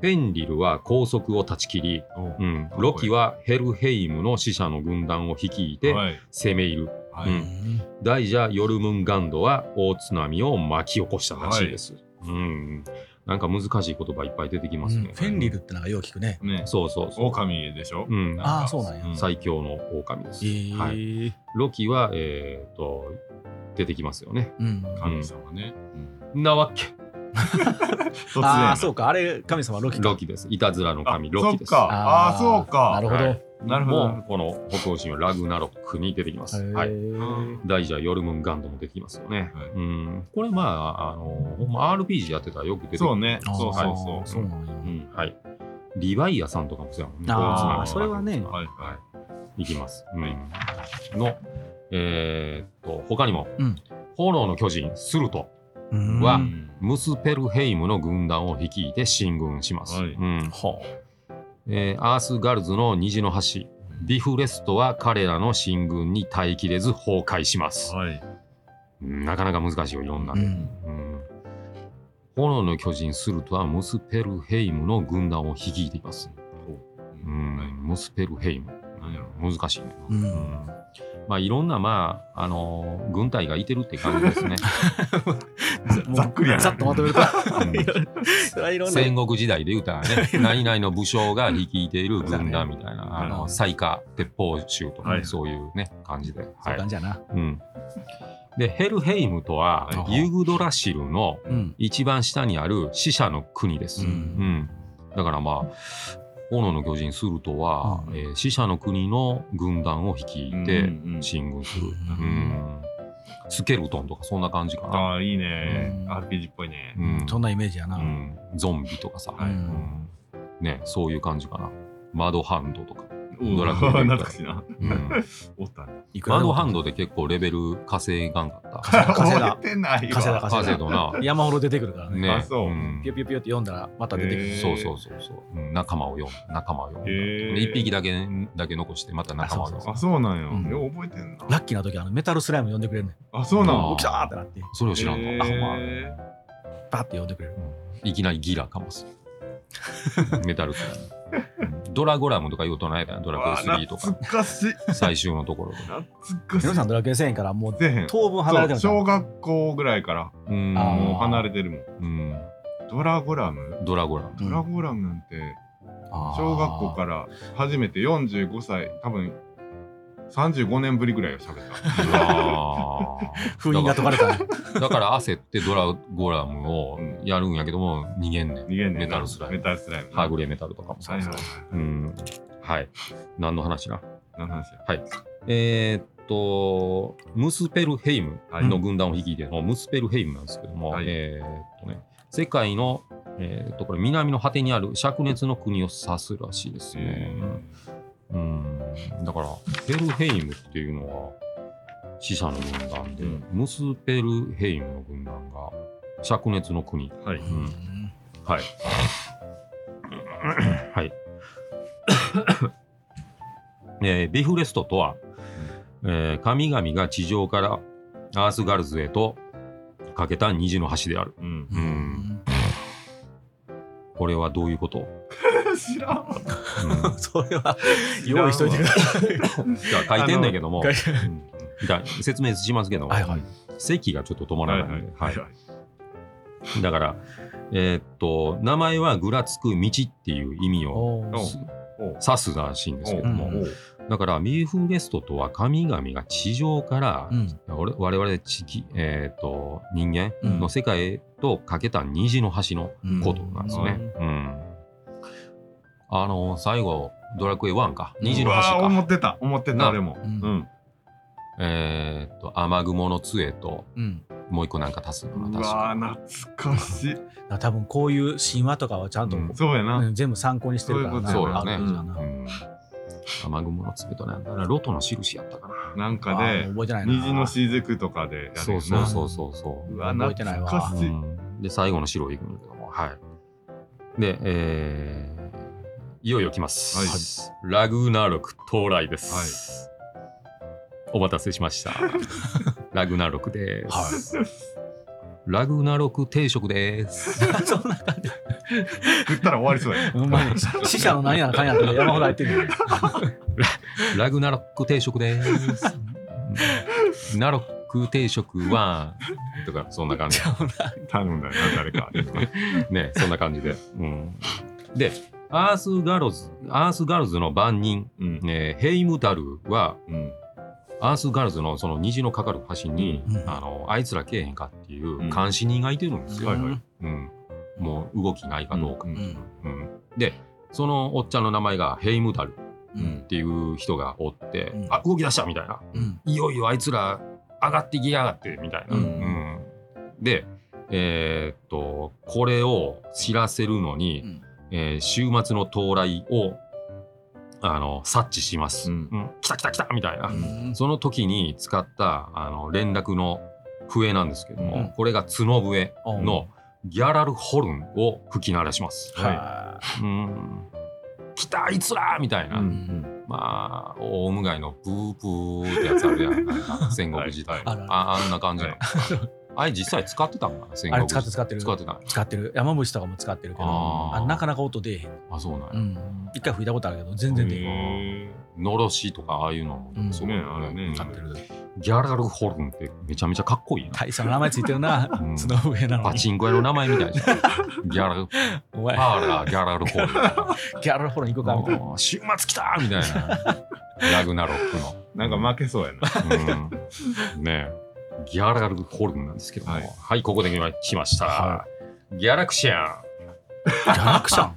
[SPEAKER 1] フェンリルは拘束を断ち切り、
[SPEAKER 2] うんおう
[SPEAKER 1] うん、ロキはヘルヘイムの死者の軍団を率いて
[SPEAKER 2] はい。
[SPEAKER 1] 攻め入る。
[SPEAKER 2] はい
[SPEAKER 1] うん大蛇ヨルムンガンドは大津波を巻き起こしたらしいです。うん。なんか難しい言葉いっぱい出てきますね。
[SPEAKER 3] フェンリルってなんかよう聞くね
[SPEAKER 2] ね。
[SPEAKER 1] そうそうそう。
[SPEAKER 2] 狼でしょ
[SPEAKER 1] うん
[SPEAKER 2] な
[SPEAKER 3] あ
[SPEAKER 2] か
[SPEAKER 3] あそうなんや
[SPEAKER 2] うん
[SPEAKER 1] 最強の狼です。は、
[SPEAKER 3] はいい
[SPEAKER 1] ロキは、えー、と出てきますよね。
[SPEAKER 3] うん
[SPEAKER 2] 神様ね。
[SPEAKER 1] なわけ。
[SPEAKER 2] 突然やな。
[SPEAKER 3] ああそうかあれ神様ロキか
[SPEAKER 1] ロキです。いたずらの神、ロキです。
[SPEAKER 2] そっか。ああ、そう
[SPEAKER 3] な
[SPEAKER 2] か
[SPEAKER 3] る。ほど
[SPEAKER 1] はい
[SPEAKER 2] なるほ
[SPEAKER 1] も
[SPEAKER 2] ど
[SPEAKER 1] う。この北欧神話ラグナロクに出てきます。
[SPEAKER 3] へー
[SPEAKER 1] はい、大蛇ヨルムンガンドも出てきますよね。
[SPEAKER 2] はい
[SPEAKER 1] うんこれまああのほんま RPG やってたらよく出てくる
[SPEAKER 2] そうね。
[SPEAKER 3] あー
[SPEAKER 2] そうそうそう。
[SPEAKER 3] そうなんや
[SPEAKER 1] うんはい。リヴァイアさんとかもそうやもんね。
[SPEAKER 3] あ
[SPEAKER 2] ー
[SPEAKER 1] 大津波
[SPEAKER 3] それはね
[SPEAKER 2] はいはい
[SPEAKER 1] いきます。うんの、えー、と他にも、
[SPEAKER 3] うん
[SPEAKER 1] 炎の巨人スルト。
[SPEAKER 3] うん
[SPEAKER 1] は
[SPEAKER 3] うん
[SPEAKER 1] ムスペルヘイムの軍団を率いて進軍します、
[SPEAKER 2] はい
[SPEAKER 1] うん
[SPEAKER 3] は
[SPEAKER 1] えーアースガルズの虹の橋、ディフレストは彼らの進軍に耐えきれず崩壊します。
[SPEAKER 2] はい。
[SPEAKER 1] うんなかなか難しいよ、いろんな
[SPEAKER 3] う
[SPEAKER 1] ね。
[SPEAKER 3] ん
[SPEAKER 1] うん炎の巨人スルトはムスペルヘイムの軍団を率いています。う
[SPEAKER 2] はい
[SPEAKER 1] ん、ムスペルヘイム。
[SPEAKER 2] なんやろ
[SPEAKER 1] 難しいね。
[SPEAKER 3] うん
[SPEAKER 1] うんまあ、いろんな、まあ、あのー軍隊がいてるって感じですね。
[SPEAKER 2] ざっくりやな
[SPEAKER 3] ざっとまとめると。
[SPEAKER 1] うん戦国時代で言うたら ね、何々の武将が率いている軍団みたいな、あ
[SPEAKER 2] なるほ
[SPEAKER 1] の、
[SPEAKER 3] ど
[SPEAKER 1] 西下、鉄砲衆とかね、
[SPEAKER 2] はい
[SPEAKER 1] そういうね、感じで。
[SPEAKER 3] そう
[SPEAKER 1] はいいう
[SPEAKER 3] 感じやな。
[SPEAKER 1] うん、で、ヘルヘイムとは、
[SPEAKER 3] はい
[SPEAKER 1] ユグドラシルの
[SPEAKER 3] うん。
[SPEAKER 1] 一番下にある死者の国です。
[SPEAKER 3] うん
[SPEAKER 1] うんだからまあ、斧の巨人スルトは、
[SPEAKER 3] うん
[SPEAKER 1] えー死者の国の軍団を率いて、
[SPEAKER 2] うんうんうん
[SPEAKER 1] 進軍する、
[SPEAKER 3] う
[SPEAKER 1] うんスケルトンとかそんな感じかな、
[SPEAKER 2] ああ、いいね
[SPEAKER 3] う。ん
[SPEAKER 2] RPG っぽいね
[SPEAKER 1] う。ん
[SPEAKER 3] そんなイメージや
[SPEAKER 1] う
[SPEAKER 3] な。
[SPEAKER 1] んゾンビとかさ、
[SPEAKER 2] はい
[SPEAKER 1] うんね、そういう感じかなマドハンドとか、
[SPEAKER 2] うん
[SPEAKER 1] ドラクエみたいな
[SPEAKER 2] 懐かしいな。
[SPEAKER 1] うん
[SPEAKER 2] おったね。
[SPEAKER 3] いくら
[SPEAKER 1] マ
[SPEAKER 3] で
[SPEAKER 1] ド
[SPEAKER 3] も
[SPEAKER 1] ハンドで結構レベル稼がんかった
[SPEAKER 3] 稼いだ
[SPEAKER 2] 覚えてないわ。
[SPEAKER 3] 稼いだ稼
[SPEAKER 1] 稼いどな
[SPEAKER 3] 山ほど出てくるからね。
[SPEAKER 1] ね
[SPEAKER 2] あそう
[SPEAKER 1] うん
[SPEAKER 3] ピュピュピュって読んだらまた出てくる。
[SPEAKER 2] へー
[SPEAKER 1] そうそうそうそう、うん仲間を呼ん仲間を呼んだ、
[SPEAKER 2] へー
[SPEAKER 1] で一匹だけだけ残してまた仲間を呼んだ
[SPEAKER 2] あ、そうなんや。
[SPEAKER 3] うん
[SPEAKER 2] よう覚えてんな。
[SPEAKER 3] ラッキーな時あのメタルスライム呼んでくれるね。
[SPEAKER 2] あ、そうなん
[SPEAKER 1] あ
[SPEAKER 3] 起きたーってなって、
[SPEAKER 1] それを知らんかった、
[SPEAKER 2] へー
[SPEAKER 1] まあ
[SPEAKER 3] バーって呼んでくれる。
[SPEAKER 1] いきなりギラかもしれないメタルスライムドラゴラムとか言うとないからドラクエ3と
[SPEAKER 2] わ
[SPEAKER 1] か
[SPEAKER 2] あ懐かしい。
[SPEAKER 1] 最終のところで
[SPEAKER 2] 懐かしい。
[SPEAKER 3] ヒロさんドラクエ1000からもう
[SPEAKER 2] せえへん。
[SPEAKER 3] 当分離れて
[SPEAKER 2] そ
[SPEAKER 3] る
[SPEAKER 2] う
[SPEAKER 3] から
[SPEAKER 2] 小学校ぐらいから
[SPEAKER 1] うん
[SPEAKER 3] あー
[SPEAKER 2] もう離れてるもん。
[SPEAKER 1] うん
[SPEAKER 2] ドラゴラム
[SPEAKER 1] ドラゴラム
[SPEAKER 2] ドラゴラムなんて
[SPEAKER 3] あー
[SPEAKER 2] 小学校から初めて45歳多分35年ぶりぐらいを喋った。
[SPEAKER 1] あ
[SPEAKER 3] 封印が解かれたね。。
[SPEAKER 1] ーだから焦ってドラゴラムをやるんやけども逃げんねん
[SPEAKER 2] 逃げんねんな
[SPEAKER 1] メタルスライム
[SPEAKER 2] メタルスライム。
[SPEAKER 1] はぐれメタルとかも
[SPEAKER 2] はいはいはい。
[SPEAKER 1] うんはい何の話な
[SPEAKER 2] 何の話や
[SPEAKER 1] えーっとムスペルヘイムの軍団を率いてるの、ムスペルヘイムなんですけども、
[SPEAKER 2] はい
[SPEAKER 1] えーっとね世界のえーっとこれ南の果てにある灼熱の国を指すらしいですね
[SPEAKER 2] え、
[SPEAKER 1] うんだからペルヘイムっていうのは死者の軍団で、
[SPEAKER 2] うん
[SPEAKER 1] ムスペルヘイムの軍団が灼熱の国
[SPEAKER 2] ーはいう
[SPEAKER 1] ん
[SPEAKER 3] ん
[SPEAKER 1] はいはい えービフレストとは、えー神々が地上からアースガルズへとかけた虹の橋である
[SPEAKER 2] うん。
[SPEAKER 1] んこれはどういう こと、
[SPEAKER 2] 知らんわ。
[SPEAKER 1] うん
[SPEAKER 3] それは用意しといてください。
[SPEAKER 1] じゃあ書いてんだけども
[SPEAKER 3] あの
[SPEAKER 1] じゃあ説明しますけども、
[SPEAKER 3] はいはい。
[SPEAKER 1] 席がちょっと止ま
[SPEAKER 2] はい
[SPEAKER 1] ら
[SPEAKER 2] は
[SPEAKER 1] ない
[SPEAKER 2] い
[SPEAKER 1] んで、
[SPEAKER 2] は
[SPEAKER 1] はいい
[SPEAKER 2] はい。
[SPEAKER 1] だから、えーっと名前はぐらつく道っていう意味を
[SPEAKER 3] おー
[SPEAKER 1] す
[SPEAKER 2] おう
[SPEAKER 1] 指すらしいんですけども、
[SPEAKER 3] うん
[SPEAKER 2] おう
[SPEAKER 1] だからミーフレストとは神々が地上から、
[SPEAKER 3] うん。
[SPEAKER 1] 我我々地域、えー、と人間
[SPEAKER 3] うん
[SPEAKER 1] の世界へとかけた虹の橋のことなんですね。うんあの最後ドラクエ1か虹の
[SPEAKER 2] う
[SPEAKER 1] 橋
[SPEAKER 2] わー思
[SPEAKER 1] か、
[SPEAKER 2] ってた思って
[SPEAKER 1] な
[SPEAKER 2] た俺も。
[SPEAKER 3] うん
[SPEAKER 2] うん。
[SPEAKER 1] えー、と雨雲の杖と
[SPEAKER 3] うん。
[SPEAKER 1] もう一個なんか足すのか
[SPEAKER 2] う
[SPEAKER 1] な確か
[SPEAKER 2] わー懐かしい。
[SPEAKER 3] だから多分こういう神話とかはちゃんと、
[SPEAKER 1] うん
[SPEAKER 2] そうやな。
[SPEAKER 3] うん全部参考にしてるからな。
[SPEAKER 1] そういうことだよね
[SPEAKER 3] あるんだな
[SPEAKER 1] うん雨雲の杖となんだろうロトの印やったかな。
[SPEAKER 2] なんか
[SPEAKER 3] あー
[SPEAKER 2] で
[SPEAKER 3] もう覚えてないな。
[SPEAKER 2] 虹の雫とかでやるよな
[SPEAKER 1] そうそうそうそうそう。
[SPEAKER 2] うわ
[SPEAKER 3] 覚えてないわ
[SPEAKER 2] 懐か
[SPEAKER 1] う
[SPEAKER 2] しい
[SPEAKER 1] んで最後の白いくんだけどもはいでえーいよいよ来ます、ラグーナロク到来です、お待たせしましたラグーナロクです、
[SPEAKER 3] は
[SPEAKER 1] ラグーナロク定食です
[SPEAKER 3] い。 そんな感じ。
[SPEAKER 2] 食ったら終わりそうや
[SPEAKER 3] ほんまに死者の何やらかんやらって山ほど入ってるよね。
[SPEAKER 1] ラグーナロク定食ですうんナロク定食はとかそんな感じ
[SPEAKER 2] 頼んだよな誰か
[SPEAKER 1] ねそんな感じで、うん、でアースガロズアースガルズの番人
[SPEAKER 2] うん
[SPEAKER 1] えーヘイムダルは
[SPEAKER 2] うん
[SPEAKER 1] アースガールズのその虹のかかる橋に、
[SPEAKER 3] うん
[SPEAKER 1] あのあいつらけえへんかっていう
[SPEAKER 2] うん
[SPEAKER 1] 監視人がいてるんですよ、
[SPEAKER 2] はいはい
[SPEAKER 1] うんもう動きないかどうか、
[SPEAKER 2] うん
[SPEAKER 3] うん
[SPEAKER 1] うんでそのおっちゃんの名前がヘイムダル
[SPEAKER 3] う
[SPEAKER 2] うん
[SPEAKER 1] っ
[SPEAKER 2] ん
[SPEAKER 1] ていう人がおって、
[SPEAKER 3] うん
[SPEAKER 1] あ動き出したみたいな
[SPEAKER 3] うん
[SPEAKER 1] いよいよあいつら上がってきやがってみたいな、
[SPEAKER 3] うん
[SPEAKER 1] うんでえーっとこれを知らせるのに、
[SPEAKER 3] うん
[SPEAKER 1] えー週末の到来をあの察知します、
[SPEAKER 2] うん
[SPEAKER 1] うん来た来た来たみたいな、
[SPEAKER 3] うん
[SPEAKER 1] その時に使ったあの連絡の笛なんですけども、
[SPEAKER 3] うん
[SPEAKER 1] これが角笛のギャラルホルンを吹き鳴らします。
[SPEAKER 2] はい
[SPEAKER 1] うん来たあいつらみたいな、
[SPEAKER 2] うん
[SPEAKER 3] ん
[SPEAKER 1] まあ、オウム街のブーブーってやつあるやん。なんか戦国時代。
[SPEAKER 3] あるある
[SPEAKER 1] ああんな感じの。
[SPEAKER 2] はい
[SPEAKER 1] あれ実際使ってたんかな戦
[SPEAKER 3] あれ
[SPEAKER 1] 国
[SPEAKER 3] 使って使ってる
[SPEAKER 1] 使ってたんや
[SPEAKER 3] 使ってる山伏とかも使ってるけど
[SPEAKER 1] あー
[SPEAKER 3] あなかなか音出えへん、
[SPEAKER 1] あ、そうなん
[SPEAKER 3] う
[SPEAKER 1] や。
[SPEAKER 3] ん、一回吹いたことあるけど全然出えへん
[SPEAKER 2] へ
[SPEAKER 1] のろしとかああいうの
[SPEAKER 3] うん
[SPEAKER 1] もそう
[SPEAKER 2] ねあれね
[SPEAKER 3] 使ってる
[SPEAKER 1] ギャラルホルンってめちゃめちゃかっこいいな。
[SPEAKER 3] 大佐の名前ついてるな、
[SPEAKER 1] うん
[SPEAKER 3] その上なの
[SPEAKER 1] パ
[SPEAKER 3] に
[SPEAKER 1] チンコ屋の名前みたいじ ゃん。ギャラル、
[SPEAKER 3] お前
[SPEAKER 1] パーラー、ギャラルホル ン。
[SPEAKER 3] ギャラルフォロー行こうかみたいな
[SPEAKER 1] あー週末来たみたいな。 ラグナロックの。
[SPEAKER 2] ーなんか負けそうやな。
[SPEAKER 1] うんねえギャラルホルンなんですけども。は
[SPEAKER 2] はいい、
[SPEAKER 1] ここで来ました。
[SPEAKER 3] は
[SPEAKER 1] ギャラクシアン。
[SPEAKER 3] ギャラクシャン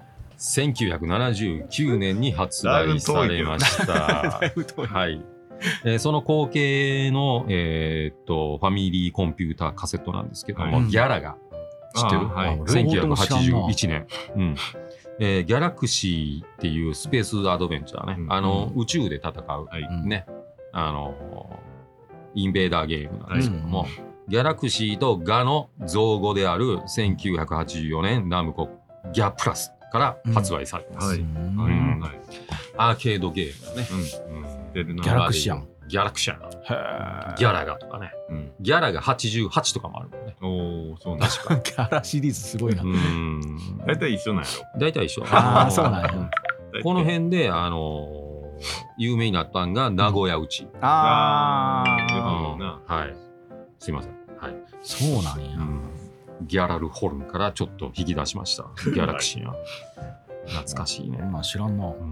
[SPEAKER 1] 1979年に発売されました
[SPEAKER 3] だ。 いぶ遠い
[SPEAKER 1] はい。えーその後継の、えーっと、ファミリーコンピューターカセットなんですけども、
[SPEAKER 3] はい
[SPEAKER 1] ギャラが知ってる、
[SPEAKER 2] あーはい
[SPEAKER 1] 1981年、うんえーギャラクシーっていうスペースアドベンチャーね、
[SPEAKER 2] うん
[SPEAKER 1] あの
[SPEAKER 3] う
[SPEAKER 1] 宇宙で戦う、
[SPEAKER 2] はい
[SPEAKER 3] うん
[SPEAKER 1] ねあのインベーダーゲームなんですけども、
[SPEAKER 3] はい
[SPEAKER 1] ギャラクシーとガの造語である1984年ナムコギャプラスから発売されます、
[SPEAKER 2] はいうは
[SPEAKER 1] うん
[SPEAKER 2] いはい。
[SPEAKER 1] アーケードゲームだね、
[SPEAKER 2] うん。出るな。
[SPEAKER 3] ギャラクシアン
[SPEAKER 1] ギャラクシアン
[SPEAKER 3] へー
[SPEAKER 1] ギャラがとかね
[SPEAKER 2] うん。
[SPEAKER 1] ギャラが88とかもあるもんね
[SPEAKER 2] おお、そうなんだ。
[SPEAKER 3] ギャラシリーズすごいな、
[SPEAKER 1] うん
[SPEAKER 2] 大体一緒なんや
[SPEAKER 1] 大体一緒
[SPEAKER 3] あー
[SPEAKER 1] の
[SPEAKER 3] そうなんや
[SPEAKER 2] ろ。
[SPEAKER 1] この。辺で、あのー有名になったんが名古屋うち、
[SPEAKER 3] あ
[SPEAKER 1] う
[SPEAKER 3] あ
[SPEAKER 2] あ
[SPEAKER 1] ん
[SPEAKER 2] うん
[SPEAKER 1] はいすいません、はい
[SPEAKER 3] そうなんや、
[SPEAKER 1] ギャラルホルンからちょっと引き出しま したギャラクシーな懐かしいね、
[SPEAKER 3] まあ知らんな
[SPEAKER 1] うんも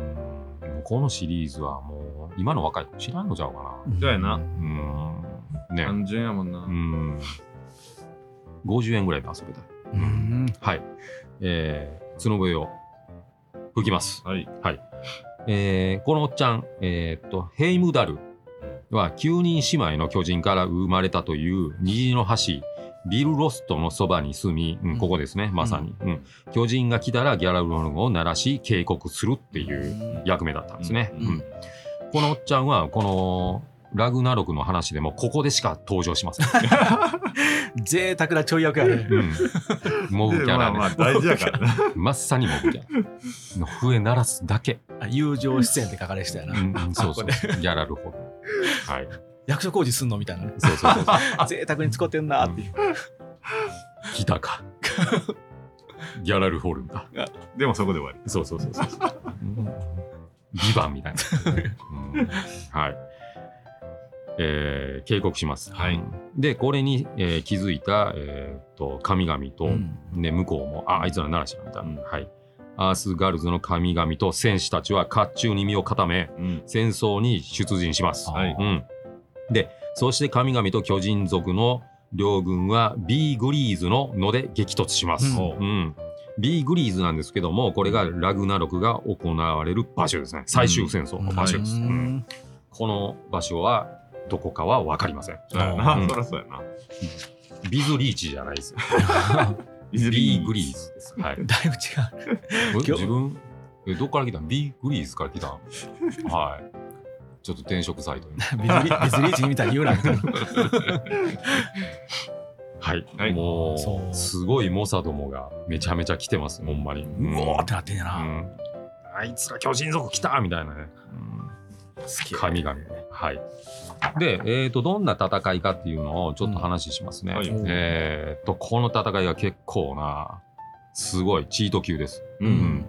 [SPEAKER 1] うこのシリーズはもう今の若い子知らんのちゃうか
[SPEAKER 2] そうやな
[SPEAKER 1] なうんね
[SPEAKER 2] 単純やもんな
[SPEAKER 1] う。ん50円ぐらいで遊べたい
[SPEAKER 3] うん
[SPEAKER 1] はいえー、角笛を吹きます
[SPEAKER 2] はい。
[SPEAKER 1] えーこのおっちゃん、えーっとヘイムダルは9人姉妹の巨人から生まれたという虹の橋ビル・ロストのそばに住み、うん
[SPEAKER 3] うん
[SPEAKER 1] ここですねまさに、うん巨人が来たらギャラルロンを鳴らし警告するっていう役目だったんですね、
[SPEAKER 2] うん
[SPEAKER 1] うんこのおっちゃんはこのラグナロクの話でもここでしか登場しません、
[SPEAKER 3] 贅沢なちょい役やね
[SPEAKER 1] うん、モブキャ
[SPEAKER 2] ま
[SPEAKER 1] ラ
[SPEAKER 2] あまあ
[SPEAKER 1] ね
[SPEAKER 2] 大事やからな。
[SPEAKER 1] まさにモブキャラの笛鳴らすだけ、
[SPEAKER 3] あ友情出演って書かれてたよ
[SPEAKER 1] う
[SPEAKER 3] な、
[SPEAKER 1] んうんそうそう
[SPEAKER 3] こ
[SPEAKER 1] ギャラルホルンはい
[SPEAKER 3] 役所工事すんのみたいなね
[SPEAKER 1] そうそうそうそう
[SPEAKER 3] 贅沢に使ってんなっていう、
[SPEAKER 1] 来たか。ギャラルホルンか。
[SPEAKER 2] でもそこで終わり。
[SPEAKER 1] そうそうそうそう。ビバンみたいな。うんはい。えー警告します。
[SPEAKER 2] はい
[SPEAKER 1] うんで、これに、えー気づいた、えーっと神々と、
[SPEAKER 3] うん
[SPEAKER 1] ね、向こうも、あ、あいつらならしなみたいな。
[SPEAKER 2] うん
[SPEAKER 1] はい。アースガルズの神々と戦士たちは甲冑に身を固め、
[SPEAKER 2] うん。
[SPEAKER 1] 戦争に出陣します。
[SPEAKER 2] はい
[SPEAKER 1] うん、でそして神々と巨人族の両軍は B グリーズの野で激突します、
[SPEAKER 3] うん
[SPEAKER 1] うん、B グリーズなんですけどもこれがラグナロクが行われる場所ですね最終戦争の場所です、
[SPEAKER 3] う
[SPEAKER 1] うん
[SPEAKER 3] ん
[SPEAKER 1] この場所はどこかは分かりません
[SPEAKER 2] そうや
[SPEAKER 1] う
[SPEAKER 2] な。
[SPEAKER 1] ん
[SPEAKER 2] そらそうやな。
[SPEAKER 1] ビズリーチじゃないですよ
[SPEAKER 2] いずれ
[SPEAKER 1] B グリーズです、はい、
[SPEAKER 3] だいぶ
[SPEAKER 1] え
[SPEAKER 3] 違
[SPEAKER 1] 自分えどっから来たん B グリーズから来たんはいちょっと転職サイトに
[SPEAKER 3] うビズリビズリーチみたいに言うなみたいな
[SPEAKER 1] はい、
[SPEAKER 2] はい
[SPEAKER 1] も
[SPEAKER 3] そう
[SPEAKER 1] うすごい猛者どもがめちゃめちゃ来てますほんまにう
[SPEAKER 3] うおーってなってんやな、
[SPEAKER 1] うんあいつら巨人族来たみたいなね、
[SPEAKER 3] 好き
[SPEAKER 1] 神々ねはいで、えー、とどんな戦いかっていうのをちょっと話しますね、
[SPEAKER 2] うんはい
[SPEAKER 1] えー、とこの戦いが結構なすごいチート級です、
[SPEAKER 2] うん
[SPEAKER 1] うん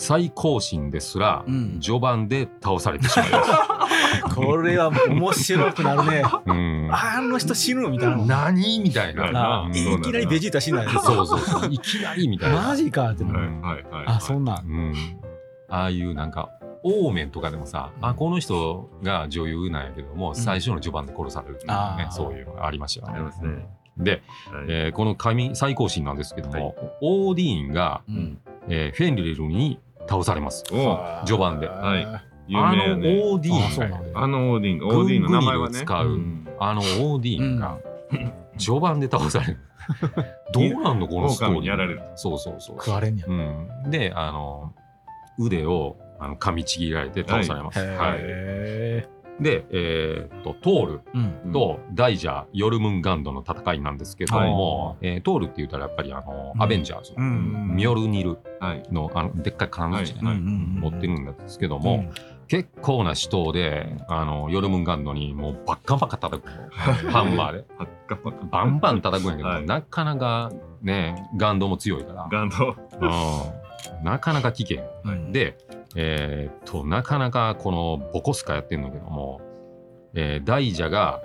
[SPEAKER 1] 最高進ですら、
[SPEAKER 3] うん
[SPEAKER 1] 序盤で倒されてしまいます、
[SPEAKER 3] これは面白くなるね
[SPEAKER 1] うん、
[SPEAKER 3] あの人死ぬみたいな
[SPEAKER 1] 何みたいな
[SPEAKER 3] なあ
[SPEAKER 1] うん
[SPEAKER 3] い
[SPEAKER 2] そうなんだ
[SPEAKER 3] きなりベジータ死んだよね
[SPEAKER 1] そうそうそういきなりみたいな
[SPEAKER 3] マジかって
[SPEAKER 1] う
[SPEAKER 3] なる、
[SPEAKER 1] ん
[SPEAKER 2] はいはい。
[SPEAKER 3] あそんなん
[SPEAKER 1] うん、ああいうなんかオーメンとかでもさ、
[SPEAKER 3] うん
[SPEAKER 1] あこの人が女優なんやけども最初の序盤で殺されるっていうね、
[SPEAKER 3] あー
[SPEAKER 1] そういうのがありましたよ
[SPEAKER 2] ありますね
[SPEAKER 1] で、
[SPEAKER 2] はい。
[SPEAKER 1] えーこの神最高神なんですけども、オーディーンが、
[SPEAKER 3] うん
[SPEAKER 1] えーフェンリルに倒されます。
[SPEAKER 2] おう
[SPEAKER 1] 序盤で
[SPEAKER 2] はい有
[SPEAKER 1] あ
[SPEAKER 2] 名
[SPEAKER 1] の
[SPEAKER 2] やね。
[SPEAKER 1] オーディ
[SPEAKER 3] あそう
[SPEAKER 1] ーン
[SPEAKER 3] な
[SPEAKER 1] が
[SPEAKER 3] んだ
[SPEAKER 2] あのオーディンが、オーディンの名前は
[SPEAKER 1] グングリ
[SPEAKER 2] ね
[SPEAKER 1] ル。使う
[SPEAKER 2] うん
[SPEAKER 1] あのオーディーンが序盤で倒される。どうなんのこのストーリー。
[SPEAKER 2] 狼にやられる
[SPEAKER 1] そうそうそう。
[SPEAKER 3] 食われんねや
[SPEAKER 1] うん、であの腕をあの噛みちぎられて倒されます。
[SPEAKER 3] へ
[SPEAKER 1] はい
[SPEAKER 3] え
[SPEAKER 1] で、えー、とトール
[SPEAKER 3] うん。
[SPEAKER 1] とダイジャー、ヨルムンガンドの戦いなんですけども、えートールって言ったらやっぱりあの、
[SPEAKER 3] うん
[SPEAKER 1] アベンジャーズ、
[SPEAKER 3] うんうんうん
[SPEAKER 1] ミョルニル
[SPEAKER 2] はい。
[SPEAKER 1] のあのでっかい金槌ね、
[SPEAKER 2] はい
[SPEAKER 3] うんうんうん
[SPEAKER 1] 持ってるんですけども、
[SPEAKER 3] うん
[SPEAKER 1] 結構な死闘であのヨルムンガンドにもうバッカバカ叩く ハンマーで
[SPEAKER 2] あ頑張った
[SPEAKER 1] バンバン叩くんやけど、
[SPEAKER 2] はい
[SPEAKER 1] なかなかねガンドも強いから、
[SPEAKER 2] ガンド。
[SPEAKER 1] うんなかなか危険
[SPEAKER 3] うん、
[SPEAKER 1] で、えーっとなかなかこのボコスカやってんだけども、えー大蛇が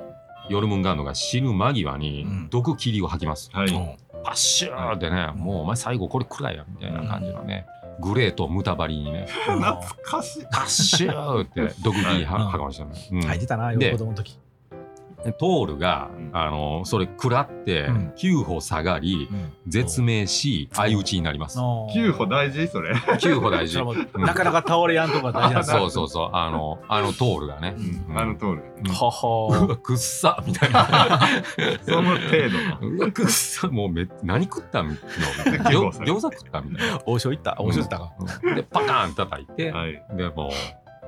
[SPEAKER 1] ヨルムンガンドが死ぬ間際に
[SPEAKER 3] うん
[SPEAKER 1] 毒霧を吐きます、
[SPEAKER 2] は
[SPEAKER 3] う
[SPEAKER 2] い。
[SPEAKER 3] ん、
[SPEAKER 1] パッシューってね、もうお前最後これくらいやみたいな感じのね、グレーとムタバリにね
[SPEAKER 2] 懐かしい。
[SPEAKER 1] パッシューって毒霧は
[SPEAKER 3] うん
[SPEAKER 1] 吐かましたね、うん
[SPEAKER 3] 入ってたな、よ
[SPEAKER 1] で
[SPEAKER 3] 子供の時。
[SPEAKER 1] でトールが
[SPEAKER 2] うん
[SPEAKER 1] あのそれ食らって
[SPEAKER 3] うん
[SPEAKER 1] 9歩下がり
[SPEAKER 3] うん。
[SPEAKER 1] 絶命し相打ちになります
[SPEAKER 2] 九歩大事それ。
[SPEAKER 1] 9歩大事
[SPEAKER 3] それも
[SPEAKER 1] うん
[SPEAKER 3] なかなか倒れやんとか大事なんですよ
[SPEAKER 1] そうそうそうあのあのトールがねうん
[SPEAKER 2] あの通り。
[SPEAKER 3] はは
[SPEAKER 1] うわ くっさみたいな。
[SPEAKER 2] その程度。
[SPEAKER 1] うわくっ さもうめ何食ったのみたいな
[SPEAKER 2] 結構
[SPEAKER 1] 餃
[SPEAKER 2] それ
[SPEAKER 1] 餃子食ったみたいな。
[SPEAKER 3] 王将行った王将行ったか、
[SPEAKER 1] うんでパカーン叩いて、
[SPEAKER 2] はい。
[SPEAKER 1] でもう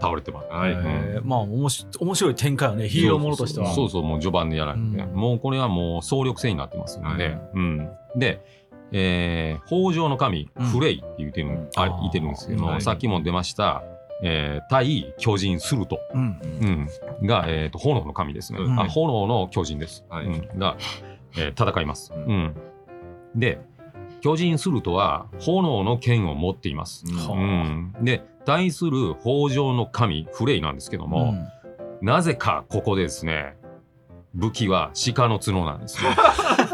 [SPEAKER 1] 倒れてます。
[SPEAKER 2] はい。
[SPEAKER 1] ん
[SPEAKER 3] えーまあおもし面白い展開よねヒーローものとしては
[SPEAKER 1] そうそうそうもう序盤でやられて、
[SPEAKER 3] うん
[SPEAKER 1] もうこれはもう総力戦になってますので、
[SPEAKER 2] はい
[SPEAKER 1] うん、で、えー北条の神、
[SPEAKER 3] うん
[SPEAKER 1] フレイっていうてる、
[SPEAKER 2] うん
[SPEAKER 1] あれいてるんですけど、
[SPEAKER 2] はい
[SPEAKER 1] さっきも出ました、えー対巨人スルト、
[SPEAKER 3] うん
[SPEAKER 1] うん、が、えー、と炎の神ですね、
[SPEAKER 2] うん
[SPEAKER 1] あ炎の巨人です、
[SPEAKER 2] はい
[SPEAKER 1] うん、が、えー戦います、
[SPEAKER 2] う
[SPEAKER 1] うん、で巨人スルトは炎の剣を持っています、
[SPEAKER 2] うん
[SPEAKER 1] う
[SPEAKER 3] は
[SPEAKER 1] ん、で対する北条の神フレイなんですけども、
[SPEAKER 3] うん
[SPEAKER 1] なぜかここでですね武器は鹿の角なんですね、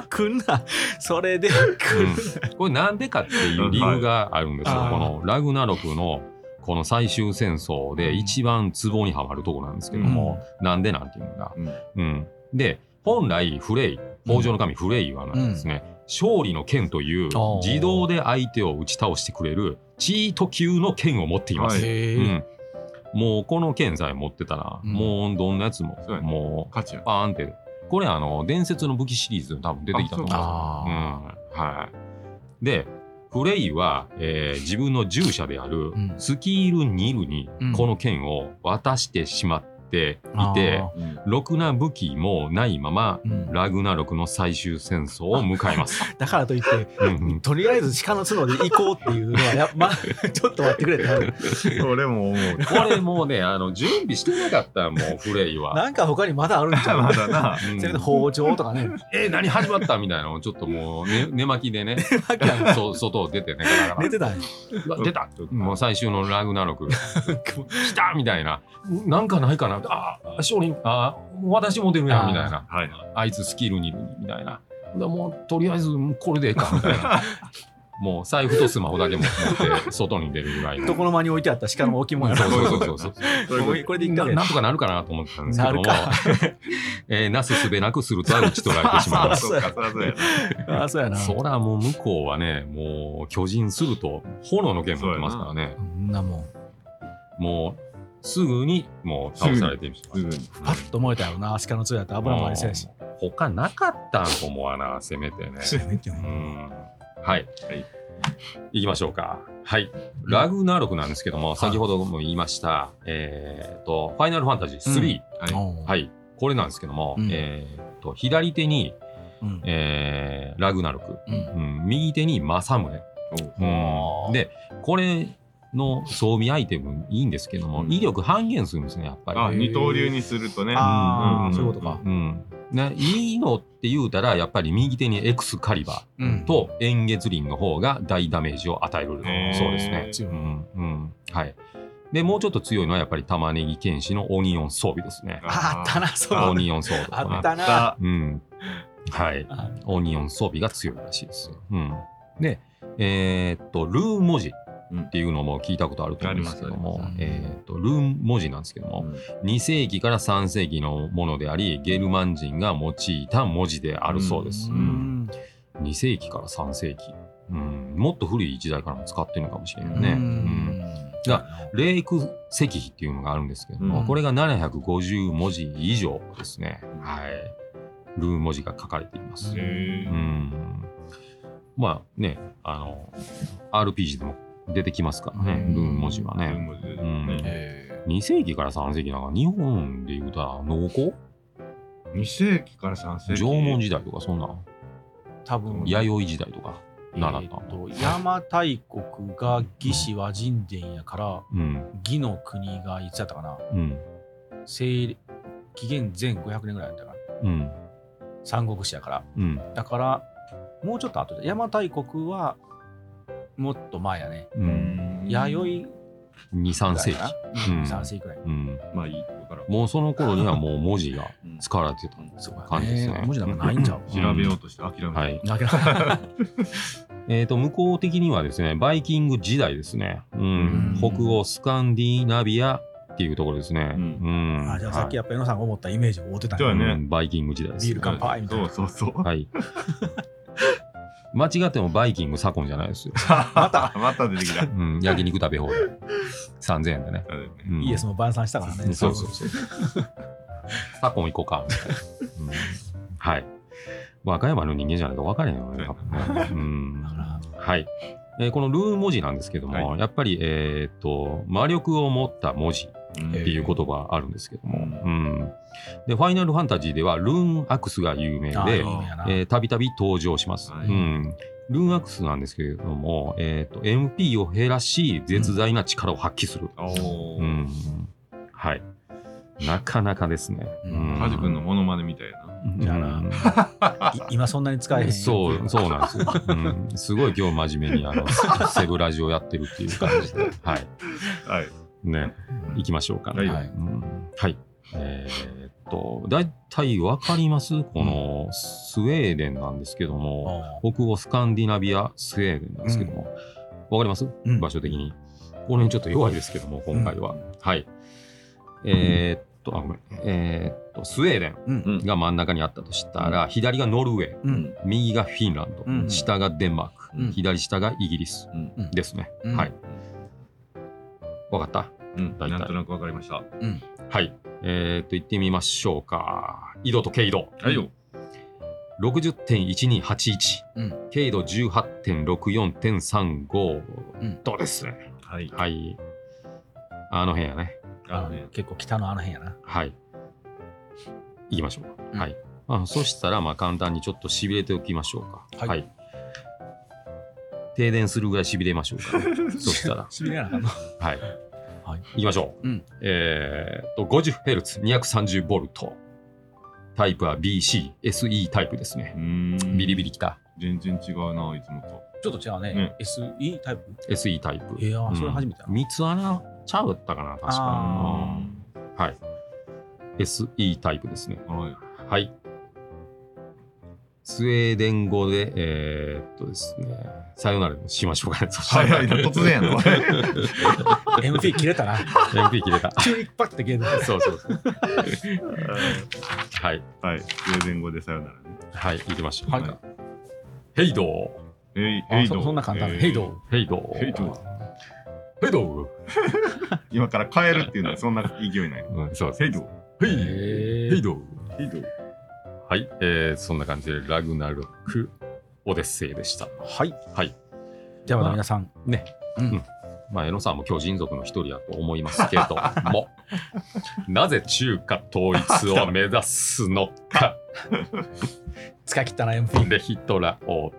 [SPEAKER 3] 来んなそれで来
[SPEAKER 1] う
[SPEAKER 3] る
[SPEAKER 1] ん これなんでかっていう理由があるんですよ、
[SPEAKER 3] はい
[SPEAKER 1] このラグナロクのこの最終戦争で一番壺にはまるとこなんですけども、なんでなんていうのが、うんで本来フレイ北条の神フレイはなんかですね、勝利の剣という
[SPEAKER 3] あー
[SPEAKER 1] 自動で相手を打ち倒してくれるチート級の剣を持っています、
[SPEAKER 2] はい
[SPEAKER 3] へ
[SPEAKER 1] う
[SPEAKER 3] え
[SPEAKER 1] ん、もうこの剣さえ持ってたら、
[SPEAKER 3] うん
[SPEAKER 1] もうどんなやつも、
[SPEAKER 2] そうやね
[SPEAKER 1] もう
[SPEAKER 2] 価値や。
[SPEAKER 1] バーンって。これあの伝説の武器シリーズで多分出てきたと思うんですよ。
[SPEAKER 3] あ
[SPEAKER 1] うんはい、でフレイは、えー自分の従者である
[SPEAKER 3] うん
[SPEAKER 1] スキール・ニルに
[SPEAKER 3] うん
[SPEAKER 1] この剣を渡してしまっていて、
[SPEAKER 3] あ
[SPEAKER 2] うん
[SPEAKER 1] ろくな武器もないまま
[SPEAKER 3] ーうん
[SPEAKER 1] ラグナロクの最終戦争を迎え ます。
[SPEAKER 3] だからといって
[SPEAKER 1] うんうん
[SPEAKER 3] とりあえず鹿の角で行こうっていうのはやっぱちょっと待ってくれって
[SPEAKER 2] それも思 う。
[SPEAKER 1] これもうねあの準備してなかったもうフレイは。
[SPEAKER 3] なんか他にまだあるんちゃう
[SPEAKER 2] まだ
[SPEAKER 1] う
[SPEAKER 2] な。
[SPEAKER 1] ん
[SPEAKER 3] せめて包丁とかね
[SPEAKER 1] えー何始まったみたいなのをちょっともう、ね、寝巻きで ねそう外を出てねガラガラガラ
[SPEAKER 3] 寝てたんや
[SPEAKER 1] うわ出たもう最終のラグナロ ク来たみたいななんかないかなああ商人あ私持てるやんみたいな
[SPEAKER 2] はい。
[SPEAKER 1] あいつスキルにみたいなでもうとりあえずもうこれでええかみたい なもう財布とスマホだけ持って外に出るぐらい の。
[SPEAKER 3] 床の間に置いてあった鹿の置物や
[SPEAKER 1] そ
[SPEAKER 3] ろ
[SPEAKER 1] うそうそうそう
[SPEAKER 2] そういうこと
[SPEAKER 3] これで行った
[SPEAKER 1] な
[SPEAKER 3] ら
[SPEAKER 1] なんとかなるかなと思ってたんですけども
[SPEAKER 3] なる
[SPEAKER 1] えーなすすべなくするとは打ち取られ てしまいます
[SPEAKER 2] そうか、そりゃそうやな。
[SPEAKER 3] あそうやな
[SPEAKER 1] そらもう向こうはねもう巨人すると炎の剣持ってますからね
[SPEAKER 3] そんなもん
[SPEAKER 1] もうすぐにもう倒されてるし
[SPEAKER 2] すぐに。
[SPEAKER 3] パッと燃えたよな鹿の角やったら油もありそうやし
[SPEAKER 1] うん他なかったんと思わなせめてね
[SPEAKER 3] そうやねっていう
[SPEAKER 1] う
[SPEAKER 3] の
[SPEAKER 1] んはい、
[SPEAKER 2] はい
[SPEAKER 1] いきましょうかはいラグナロクなんですけども先ほども言いましたえっと「ファイナルファンタジー3」
[SPEAKER 2] はい。
[SPEAKER 3] おう
[SPEAKER 1] はいこれなんですけども、
[SPEAKER 3] うん
[SPEAKER 1] えっと左手に、
[SPEAKER 3] うん
[SPEAKER 1] えーラグナロク、
[SPEAKER 3] うん
[SPEAKER 1] うん、右手に政宗、
[SPEAKER 3] おう
[SPEAKER 1] でこれの装備アイテムいいんですけども、
[SPEAKER 2] うん
[SPEAKER 1] 威力半減するんですねやっぱり。
[SPEAKER 2] あ、二刀流にするとね。
[SPEAKER 3] あ
[SPEAKER 1] う
[SPEAKER 3] あ
[SPEAKER 1] ん
[SPEAKER 3] そういうことか
[SPEAKER 1] うん、ないいのって言うたらやっぱり右手にエクスカリバ
[SPEAKER 3] うん
[SPEAKER 1] ーと円月輪の方が大ダメージを与える
[SPEAKER 2] へー
[SPEAKER 1] そうですね。
[SPEAKER 3] 強
[SPEAKER 1] う
[SPEAKER 3] い
[SPEAKER 1] んうんはい、でもうちょっと強いのはやっぱり玉ねぎ剣士のオニオン装備ですね。
[SPEAKER 3] ああったな
[SPEAKER 1] オ
[SPEAKER 3] そう
[SPEAKER 1] ニオン装備、
[SPEAKER 3] あっ
[SPEAKER 1] ね
[SPEAKER 3] たな
[SPEAKER 1] うんはい、
[SPEAKER 3] あ
[SPEAKER 1] オニオン装備が強いらしいですよ。うん、で、えーっとルーン文字っていうのも聞いたことあると思うんですけども、
[SPEAKER 3] ありますあります
[SPEAKER 1] えーっとルーン文字なんですけども、
[SPEAKER 2] うん
[SPEAKER 1] 2世紀から3世紀のものでありゲルマン人が用いた文字であるそうです、
[SPEAKER 3] う
[SPEAKER 1] うん
[SPEAKER 3] ん
[SPEAKER 1] 2世紀から3世紀、うん、もっと古い時代からも使ってるのかもしれないうね、うん
[SPEAKER 3] ん
[SPEAKER 1] がレイク石碑っていうのがあるんですけども、
[SPEAKER 2] うん
[SPEAKER 1] これが750文字以上ですねはいルーン文字が書かれています、
[SPEAKER 2] へ
[SPEAKER 1] う
[SPEAKER 2] ー
[SPEAKER 1] んまあねあの RPG でも出てきますからね、
[SPEAKER 3] うん
[SPEAKER 1] ルーン文字はね、
[SPEAKER 2] 文字ですね
[SPEAKER 1] うん
[SPEAKER 3] へ
[SPEAKER 1] 2世紀から3世紀なんか日本で言うたら農耕
[SPEAKER 2] 2世紀から3世紀
[SPEAKER 1] 縄文時代とかそんなん
[SPEAKER 3] 多分
[SPEAKER 1] 弥生時代とか習った
[SPEAKER 3] えーと邪馬台国が魏志和人伝やから
[SPEAKER 1] うん
[SPEAKER 3] 魏の国がいつやったかな
[SPEAKER 1] うん
[SPEAKER 3] 西紀元前500年ぐらいやったかな
[SPEAKER 1] うん
[SPEAKER 3] 三国志やから
[SPEAKER 1] うん
[SPEAKER 3] だからもうちょっと後で邪馬台国はもっと前やね
[SPEAKER 1] うん
[SPEAKER 3] 弥生
[SPEAKER 1] 23世
[SPEAKER 3] ぐ
[SPEAKER 1] 紀
[SPEAKER 3] らいかな
[SPEAKER 1] うん
[SPEAKER 3] うん三世紀ぐらい
[SPEAKER 1] うん
[SPEAKER 2] まあいいこから
[SPEAKER 1] もうその頃にはもう文字が使われてた
[SPEAKER 3] そうやね
[SPEAKER 1] 感じですね
[SPEAKER 3] 文字なんかないんちゃう
[SPEAKER 2] 調べようとして諦めた、
[SPEAKER 1] はい
[SPEAKER 3] なきゃ
[SPEAKER 1] えー、と向こう的にはですねバイキング時代ですね、うん、
[SPEAKER 3] うん
[SPEAKER 1] 北欧スカンディナビアっていうところですね、
[SPEAKER 2] うん
[SPEAKER 1] ん
[SPEAKER 3] あじゃあさっきやっぱり野さんが思ったイメージを追ってたん
[SPEAKER 2] そう
[SPEAKER 3] や
[SPEAKER 2] や
[SPEAKER 1] は
[SPEAKER 2] ね
[SPEAKER 1] いうんバイキング時代です
[SPEAKER 3] ビール乾杯みたいな
[SPEAKER 2] そうそうそう、
[SPEAKER 1] はい。 間違ってもバイキング左近じゃないですよ。
[SPEAKER 2] またまた出てきた
[SPEAKER 1] うん、焼肉食べ放題。3000円でね。うん、
[SPEAKER 3] イエスも晩餐したからね
[SPEAKER 1] そうそうそう。左近行こうか、みたいな。うんはい。和歌山の人間じゃないと分からへんよね、多分ね。うん
[SPEAKER 3] だから
[SPEAKER 1] はい。えーこのルーン文字なんですけども、
[SPEAKER 2] は
[SPEAKER 1] やっぱり、えーっと、魔力を持った文字
[SPEAKER 2] うん
[SPEAKER 1] っていう言葉あるんですけども、
[SPEAKER 2] うん
[SPEAKER 1] うん。で、ファイナルファンタジーでは、ルーンアクスが有名
[SPEAKER 3] あ
[SPEAKER 1] で
[SPEAKER 3] いい、ねやな
[SPEAKER 1] えーたびたび登場します。
[SPEAKER 2] はい
[SPEAKER 1] うん、ルーンアクスなんですけれども、えー、と MP を減らし絶大な力を発揮する、
[SPEAKER 2] お
[SPEAKER 1] う
[SPEAKER 2] お、
[SPEAKER 1] んはい、なかなかですね。
[SPEAKER 3] う
[SPEAKER 1] うんん
[SPEAKER 2] カジ君のモノマネみたいな
[SPEAKER 1] うん
[SPEAKER 3] やないう今そんなに使えへん
[SPEAKER 1] そうそうなんですよ、うん、すごい今日真面目にあのセブラジをやってるっていう感 じで、はい
[SPEAKER 2] んはい
[SPEAKER 1] ね、いきましょうかね。
[SPEAKER 2] はい
[SPEAKER 1] うんはいえーっと大体わかりますこのスウェーデンなんですけども、
[SPEAKER 3] う
[SPEAKER 1] 北欧スカンディナビアスウェーデンなんですけども、わかります
[SPEAKER 3] ん
[SPEAKER 1] 場所的に。この辺ちょっと弱いですけども、今回は。はい。えーっと、あ、ごめん。えーっと、スウェーデ
[SPEAKER 3] うん
[SPEAKER 1] ンが真ん中にあったとしたら、左がノルウェー、
[SPEAKER 3] うん
[SPEAKER 1] 右がフィンランド、
[SPEAKER 3] うん
[SPEAKER 1] 下がデンマーク、
[SPEAKER 2] うん
[SPEAKER 1] 左下がイギリス
[SPEAKER 2] うん
[SPEAKER 3] うん
[SPEAKER 1] ですね。
[SPEAKER 3] うん
[SPEAKER 1] はい。わかった
[SPEAKER 2] うん、
[SPEAKER 1] 大体
[SPEAKER 2] なんとなくわかりましたは
[SPEAKER 1] はい。えーっと、行ってみましょうか。緯度と経度。
[SPEAKER 2] いよ
[SPEAKER 1] 60.1281、
[SPEAKER 3] うん
[SPEAKER 1] 経度18.64.35
[SPEAKER 3] うん
[SPEAKER 1] 度ですね。
[SPEAKER 2] はい
[SPEAKER 1] はい。あの辺やね。
[SPEAKER 2] あのね
[SPEAKER 3] 結構北のあの辺やな
[SPEAKER 1] はい。行きましょうか。
[SPEAKER 3] うん
[SPEAKER 1] はい。まあ、そしたら、まあ、簡単にちょっとしびれておきましょうか。
[SPEAKER 3] はい
[SPEAKER 1] 停電するぐらいしびれましょうか ね、そしたら。
[SPEAKER 3] しびれなあかんの
[SPEAKER 1] はい。
[SPEAKER 3] は
[SPEAKER 1] 行
[SPEAKER 3] い
[SPEAKER 1] きましょう。
[SPEAKER 3] うん
[SPEAKER 1] えーっと、50Hz230V。タイプは BC、SE タイプですね
[SPEAKER 2] う。ーん
[SPEAKER 1] ビリビリきた。
[SPEAKER 2] 全然違うないつもと
[SPEAKER 3] ちょっと違うね
[SPEAKER 2] ね
[SPEAKER 3] SE タイプ
[SPEAKER 1] SE タイプ。
[SPEAKER 3] いやー
[SPEAKER 1] うん
[SPEAKER 3] それ初めてだな
[SPEAKER 1] 三つ穴ちゃうったかな、確
[SPEAKER 3] あ
[SPEAKER 1] かに。はい。SE タイプですね。
[SPEAKER 2] はい
[SPEAKER 1] はい。スウェーデン語で、えーっとですね、さよならでもしましょうかね。そしたら
[SPEAKER 2] 早いな突然やな
[SPEAKER 3] MP 切れたな
[SPEAKER 1] MP 切れた。
[SPEAKER 3] 急にパッて切れた
[SPEAKER 1] そうそうそう。はい。
[SPEAKER 2] はいスウェーデン語でさよならね
[SPEAKER 1] はい、行きましょう。
[SPEAKER 3] はい
[SPEAKER 1] はいヘイドー。
[SPEAKER 2] えい
[SPEAKER 3] あ
[SPEAKER 2] えいど
[SPEAKER 3] そそんな簡単な
[SPEAKER 2] えい
[SPEAKER 3] ヘイド
[SPEAKER 1] ヘイドー。
[SPEAKER 2] ヘイドー
[SPEAKER 1] ヘイドー。
[SPEAKER 2] 今から変えるっていうのはそんな勢いない
[SPEAKER 1] うん、そうです。
[SPEAKER 2] ヘイド
[SPEAKER 1] ヘイ
[SPEAKER 3] へー
[SPEAKER 1] ヘイドー。
[SPEAKER 2] ヘイド
[SPEAKER 1] はい、えー、そんな感じで、ラグナロック、オデッセイでした。
[SPEAKER 3] はい
[SPEAKER 1] はい。
[SPEAKER 3] ではまた皆さん
[SPEAKER 1] ね。
[SPEAKER 3] う
[SPEAKER 1] うんん。まあ、江野さんも巨人族の一人やと思いますけど も、なぜ中華統一を目指すの か、
[SPEAKER 3] 使い切ったな MP
[SPEAKER 1] でヒトラーを。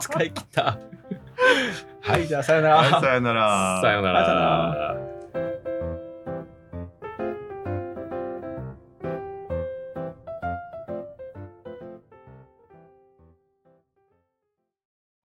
[SPEAKER 3] 使い切ったはいじゃあさよな
[SPEAKER 2] はい
[SPEAKER 3] ら
[SPEAKER 2] さよなら
[SPEAKER 1] さよな
[SPEAKER 3] さよな
[SPEAKER 1] ら。